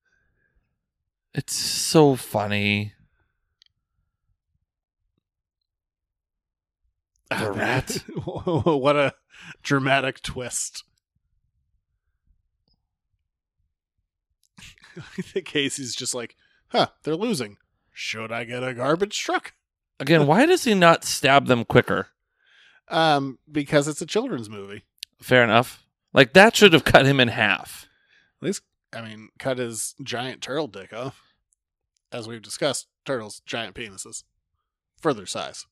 Speaker 6: It's so funny. The
Speaker 5: Ah,
Speaker 6: rat.
Speaker 5: man. what a dramatic twist. I think Casey's just like, huh, they're losing. Should I get a garbage truck?
Speaker 6: Again, why does he not stab them quicker?
Speaker 5: Um, because it's a children's movie.
Speaker 6: Fair enough. Like, that should have cut him in half.
Speaker 5: At least, I mean, cut his giant turtle dick off. As we've discussed, turtles, giant penises. Further size.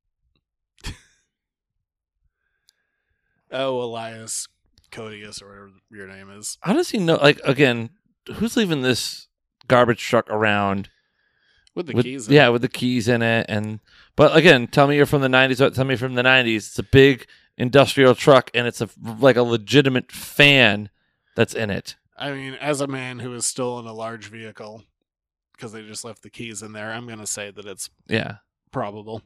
Speaker 5: oh, Elias Codius, or whatever your name is.
Speaker 6: How does he know? Like, again, who's leaving this garbage truck around?
Speaker 5: With the
Speaker 6: with-
Speaker 5: keys. in it.
Speaker 6: yeah, with the keys in it, and but again, tell me you're from the '90s. What? Tell me you're from the '90s. It's a big industrial truck, and it's a like a legitimate fan that's in it.
Speaker 5: I mean, as a man who has stolen a large vehicle because they just left the keys in there, I'm going to say that it's
Speaker 6: Yeah,
Speaker 5: probable.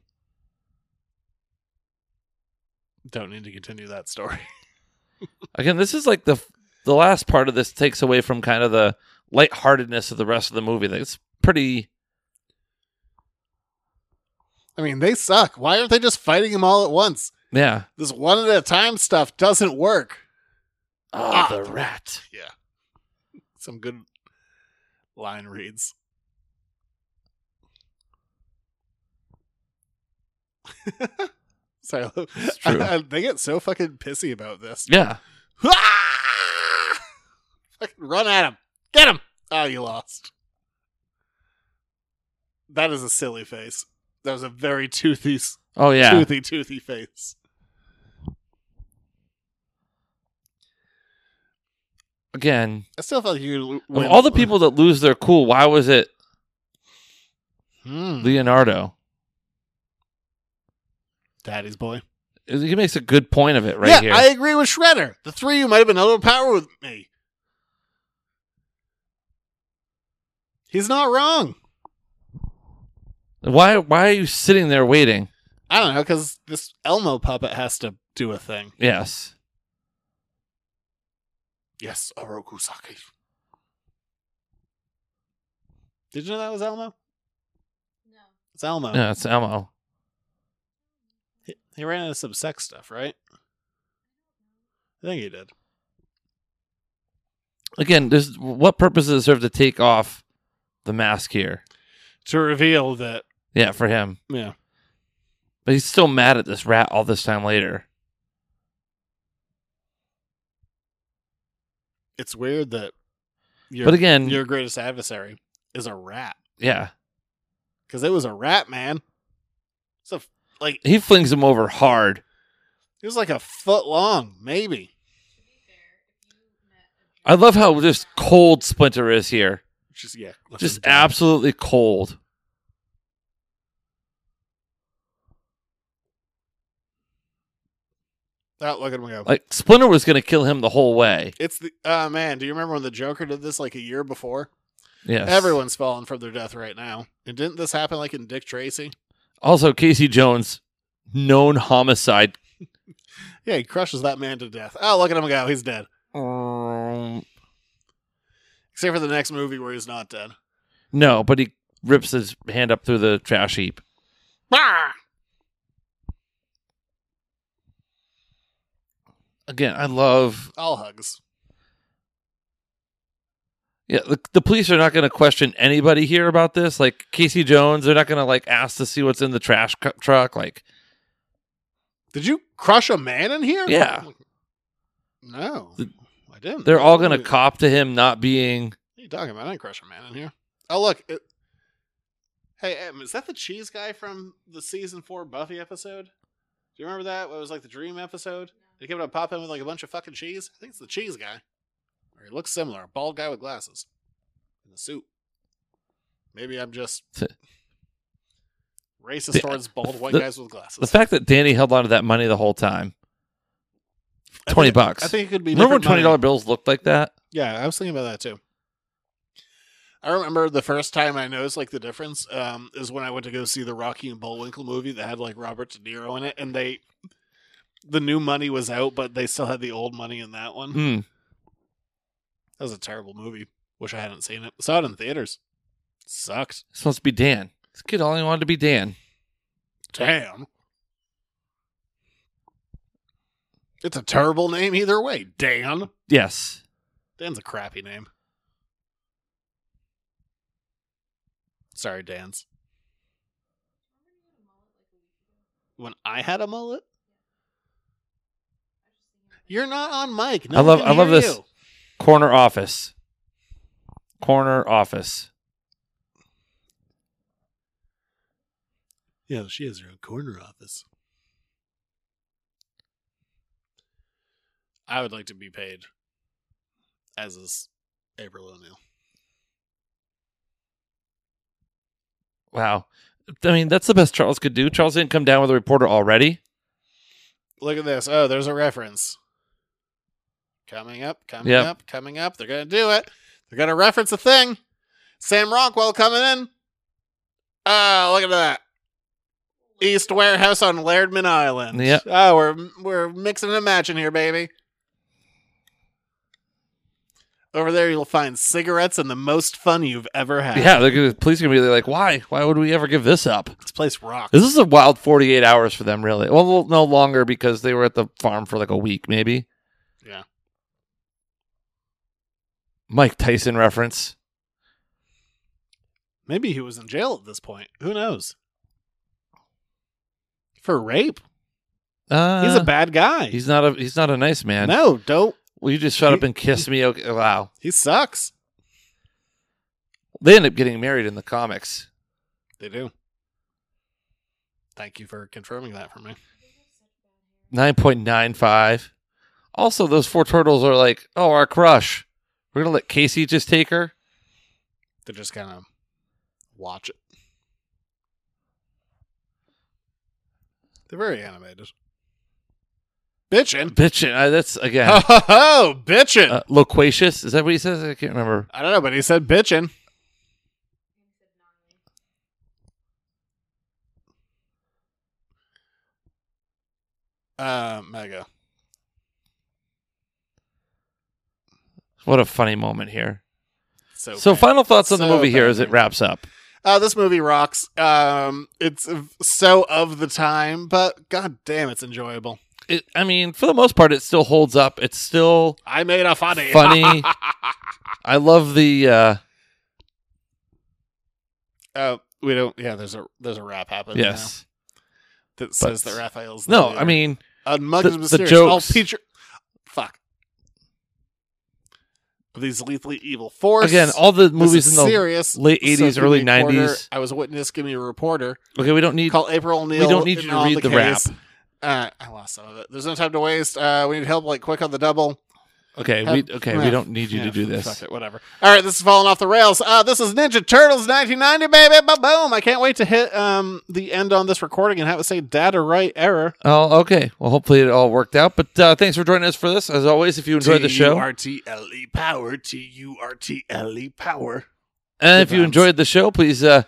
Speaker 5: Don't need to continue that story.
Speaker 6: Again, this is like the the last part of this takes away from kind of the lightheartedness of the rest of the movie. Like, It's pretty.
Speaker 5: I mean, they suck. Why aren't they just fighting them all at once?
Speaker 6: Yeah.
Speaker 5: This one at a time stuff doesn't work.
Speaker 6: Ah,
Speaker 5: the
Speaker 6: the rat.
Speaker 5: Some good line reads. Sorry,
Speaker 6: It's true.
Speaker 5: I- I- they get so fucking pissy about this.
Speaker 6: Yeah.
Speaker 5: Ah! Fucking run at him. Get him. Oh, you lost. That is a silly face. That was a very toothy, s-
Speaker 6: Oh yeah.
Speaker 5: toothy, toothy face.
Speaker 6: Again,
Speaker 5: I still felt like you could
Speaker 6: of
Speaker 5: win.
Speaker 6: all the people that lose their cool, why was it
Speaker 5: Hmm.
Speaker 6: Leonardo?
Speaker 5: Daddy's boy.
Speaker 6: He makes a good point of it right
Speaker 5: yeah,
Speaker 6: here.
Speaker 5: I agree with Shredder. The three of you might have been overpowered with me. He's not wrong.
Speaker 6: Why? Why are you sitting there waiting?
Speaker 5: I don't know because this Elmo puppet has to do a thing.
Speaker 6: Yes.
Speaker 5: Yes, Oroku Saki. Did you know that was Elmo?
Speaker 7: No.
Speaker 5: It's Elmo.
Speaker 6: Yeah, it's Elmo.
Speaker 5: He, he ran into some sex stuff, right? I think he did.
Speaker 6: Again, there's what purpose does it serve to take off the mask here?
Speaker 5: To reveal that,
Speaker 6: Yeah, for him.
Speaker 5: yeah.
Speaker 6: But he's still mad at this rat all this time later.
Speaker 5: It's weird that your,
Speaker 6: But again-
Speaker 5: your greatest adversary is a rat.
Speaker 6: Yeah.
Speaker 5: Because it was a rat, man. So, like,
Speaker 6: He flings him over hard.
Speaker 5: it was like a foot long, maybe.
Speaker 7: To be fair, if you met a
Speaker 6: I love how
Speaker 7: giant
Speaker 6: just
Speaker 7: rat-
Speaker 6: cold Splinter is here.
Speaker 5: Just, yeah. left
Speaker 6: Just
Speaker 5: him down.
Speaker 6: absolutely cold.
Speaker 5: Oh, look at him go.
Speaker 6: Like Splinter was gonna kill him the whole way.
Speaker 5: It's the, oh, man, do you remember when the Joker did this like a year before?
Speaker 6: Yes.
Speaker 5: Everyone's falling from their death right now. And didn't this happen like in Dick Tracy?
Speaker 6: Also, Casey Jones, known homicide.
Speaker 5: Yeah, he crushes that man to death. Oh, look at him go. He's dead.
Speaker 6: Um,
Speaker 5: Except for the next movie where he's not dead.
Speaker 6: no, but he rips his hand up through the trash heap.
Speaker 5: Bah!
Speaker 6: Again, I love
Speaker 5: All hugs.
Speaker 6: Yeah, the, the police are not going to question anybody here about this. Like Casey Jones, they're not going to like ask to see what's in the trash cu- truck. Like,
Speaker 5: Did you crush a man in here?
Speaker 6: Yeah.
Speaker 5: No. I didn't.
Speaker 6: they're all going to
Speaker 5: What
Speaker 6: cop to him not being.
Speaker 5: are you talking about? I didn't crush a man in here. Oh, look. It... Hey, Em, is that the cheese guy from the season four Buffy episode? Do you remember that? What was like the dream episode? They give it a pop in with like a bunch of fucking cheese. I think it's the cheese guy. Or he looks similar, a bald guy with glasses. In a suit. Maybe I'm just racist
Speaker 6: The-
Speaker 5: towards bald white
Speaker 6: the-
Speaker 5: guys with
Speaker 6: The
Speaker 5: glasses.
Speaker 6: fact that Danny held on to that money the whole time,
Speaker 5: I
Speaker 6: twenty
Speaker 5: think-
Speaker 6: bucks.
Speaker 5: I think it could be
Speaker 6: Remember when
Speaker 5: different money.
Speaker 6: twenty dollar bills looked like that?
Speaker 5: Yeah, I was thinking about that too. I remember the first time I noticed like the difference um, is when I went to go see the Rocky and Bullwinkle movie that had like Robert De Niro in it, and they the new money was out, but they still had the old money in that one.
Speaker 6: Hmm.
Speaker 5: That was a terrible movie. Wish I hadn't seen it. Saw it in theaters. Sucked.
Speaker 6: This must be Dan. This kid only wanted to be Dan.
Speaker 5: Damn. It's a terrible name either way. Dan.
Speaker 6: Yes.
Speaker 5: Dan's a crappy name. Sorry, Dan's. When I had a mullet? You're not on mic. No
Speaker 6: I
Speaker 5: one
Speaker 6: love-
Speaker 5: can
Speaker 6: I love
Speaker 5: hear
Speaker 6: this.
Speaker 5: you.
Speaker 6: Corner office. Corner office.
Speaker 5: Yeah, she has her own corner office. I would like to be paid, as is April O'Neil.
Speaker 6: Wow. I mean, that's the best Charles could do. Charles didn't come down with a reporter already.
Speaker 5: Look at this. Oh, there's a reference. Coming up, coming
Speaker 6: Yep.
Speaker 5: up, coming up. They're going to do it. They're going to reference a thing. Sam Rockwell coming in. Ah, look at that. East Warehouse on Lairdman Island.
Speaker 6: Yep.
Speaker 5: Oh, we're we're mixing and matching here, baby. Over there, you'll find cigarettes and the most fun you've ever had.
Speaker 6: Yeah, they're gonna, police are gonna be like, why? Why would we ever give this up?
Speaker 5: This place rocks.
Speaker 6: This is a wild 48 hours for them, really. Well, no longer because they were at the farm for like a week, maybe.
Speaker 5: Yeah.
Speaker 6: Mike Tyson reference.
Speaker 5: Maybe he was in jail at this point. Who knows? For rape?
Speaker 6: Uh,
Speaker 5: He's a bad guy.
Speaker 6: He's not a. He's not a nice man.
Speaker 5: no, don't.
Speaker 6: Will you just shut up and kiss me? Okay. Wow.
Speaker 5: He sucks.
Speaker 6: They end up getting married in the comics.
Speaker 5: They do. Thank you for confirming that for me.
Speaker 6: Nine point nine five. Also, those four turtles are like, oh, our crush. We're gonna let Casey just take her.
Speaker 5: They're just kind of watch it. They're very animated. Bitchin'.
Speaker 6: Bitchin'. Uh, that's again
Speaker 5: Ho ho ho! Bitchin'.
Speaker 6: uh, loquacious. Is that what he says? I can't remember.
Speaker 5: I don't know, but he said bitchin'. Uh, Mega.
Speaker 6: What a funny moment here.
Speaker 5: So,
Speaker 6: So,
Speaker 5: bad.
Speaker 6: final thoughts on the
Speaker 5: So
Speaker 6: movie here
Speaker 5: bad.
Speaker 6: as it wraps up.
Speaker 5: Uh, this movie rocks. Um, it's so of the time, but god damn, it's enjoyable.
Speaker 6: It, I mean, for the most part, it still holds up. It's still
Speaker 5: I made a funny.
Speaker 6: funny. I love the. Uh,
Speaker 5: Uh, we don't. Yeah, there's a there's a rap happening. now
Speaker 6: yes.
Speaker 5: that says that Raphael's. the
Speaker 6: No,
Speaker 5: leader.
Speaker 6: I mean,
Speaker 5: Uh, Mug
Speaker 6: The-
Speaker 5: is
Speaker 6: the
Speaker 5: mysterious.
Speaker 6: jokes.
Speaker 5: All feature. Fuck. These lethally evil force.
Speaker 6: again, all the
Speaker 5: This
Speaker 6: movies
Speaker 5: is
Speaker 6: in the
Speaker 5: serious.
Speaker 6: late
Speaker 5: So
Speaker 6: 80s,
Speaker 5: give
Speaker 6: early
Speaker 5: me a quarter.
Speaker 6: 90s.
Speaker 5: I was a witness. Give me a reporter.
Speaker 6: Okay, we don't need.
Speaker 5: Call April O'Neil.
Speaker 6: We don't need you
Speaker 5: in
Speaker 6: to
Speaker 5: on
Speaker 6: read the rap.
Speaker 5: case. Uh, I lost some of it. There's no time to waste. Uh, we need help like quick on the double.
Speaker 6: Okay,
Speaker 5: Have-
Speaker 6: we okay.
Speaker 5: Yeah,
Speaker 6: We don't need you
Speaker 5: yeah,
Speaker 6: to do
Speaker 5: Fuck
Speaker 6: this.
Speaker 5: it, whatever. All right, this is falling off the rails. Uh, this is Ninja Turtles 1990, baby. Ba boom! I can't wait to hit um the end on this recording and have it say data right error.
Speaker 6: Oh, okay. Well, hopefully it all worked out. But uh, thanks for joining us for this. As always, if you enjoyed the show,
Speaker 5: T-U-R-T-L-E E power. T U R T L E power.
Speaker 6: And if you
Speaker 5: Good times.
Speaker 6: enjoyed the show, please uh,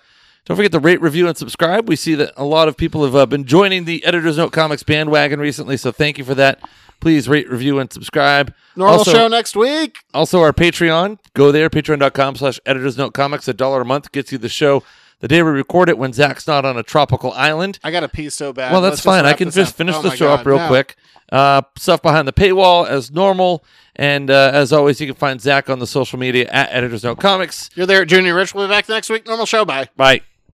Speaker 6: don't forget to rate, review, and subscribe. We see that a lot of people have uh, been joining the Editor's Note Comics bandwagon recently, so thank you for that. Please rate, review, and subscribe.
Speaker 5: Normal
Speaker 6: also,
Speaker 5: show next week.
Speaker 6: Also, our Patreon. Go there, patreon.com slash Editor's Note Comics. A dollar a month gets you the show the day we record it when Zach's not on a tropical island.
Speaker 5: I got to pee so bad.
Speaker 6: Well,
Speaker 5: Let's just
Speaker 6: that's fine. I
Speaker 5: wrap
Speaker 6: can
Speaker 5: this
Speaker 6: just
Speaker 5: up.
Speaker 6: finish
Speaker 5: Oh
Speaker 6: the
Speaker 5: my
Speaker 6: show up
Speaker 5: God,
Speaker 6: real
Speaker 5: no.
Speaker 6: quick. Uh, stuff behind the paywall as normal. And uh, as always, you can find Zach on the social media at Editor's Note Comics.
Speaker 5: You're there at Junior Rich. We'll be back next week. Normal show. Bye.
Speaker 6: Bye.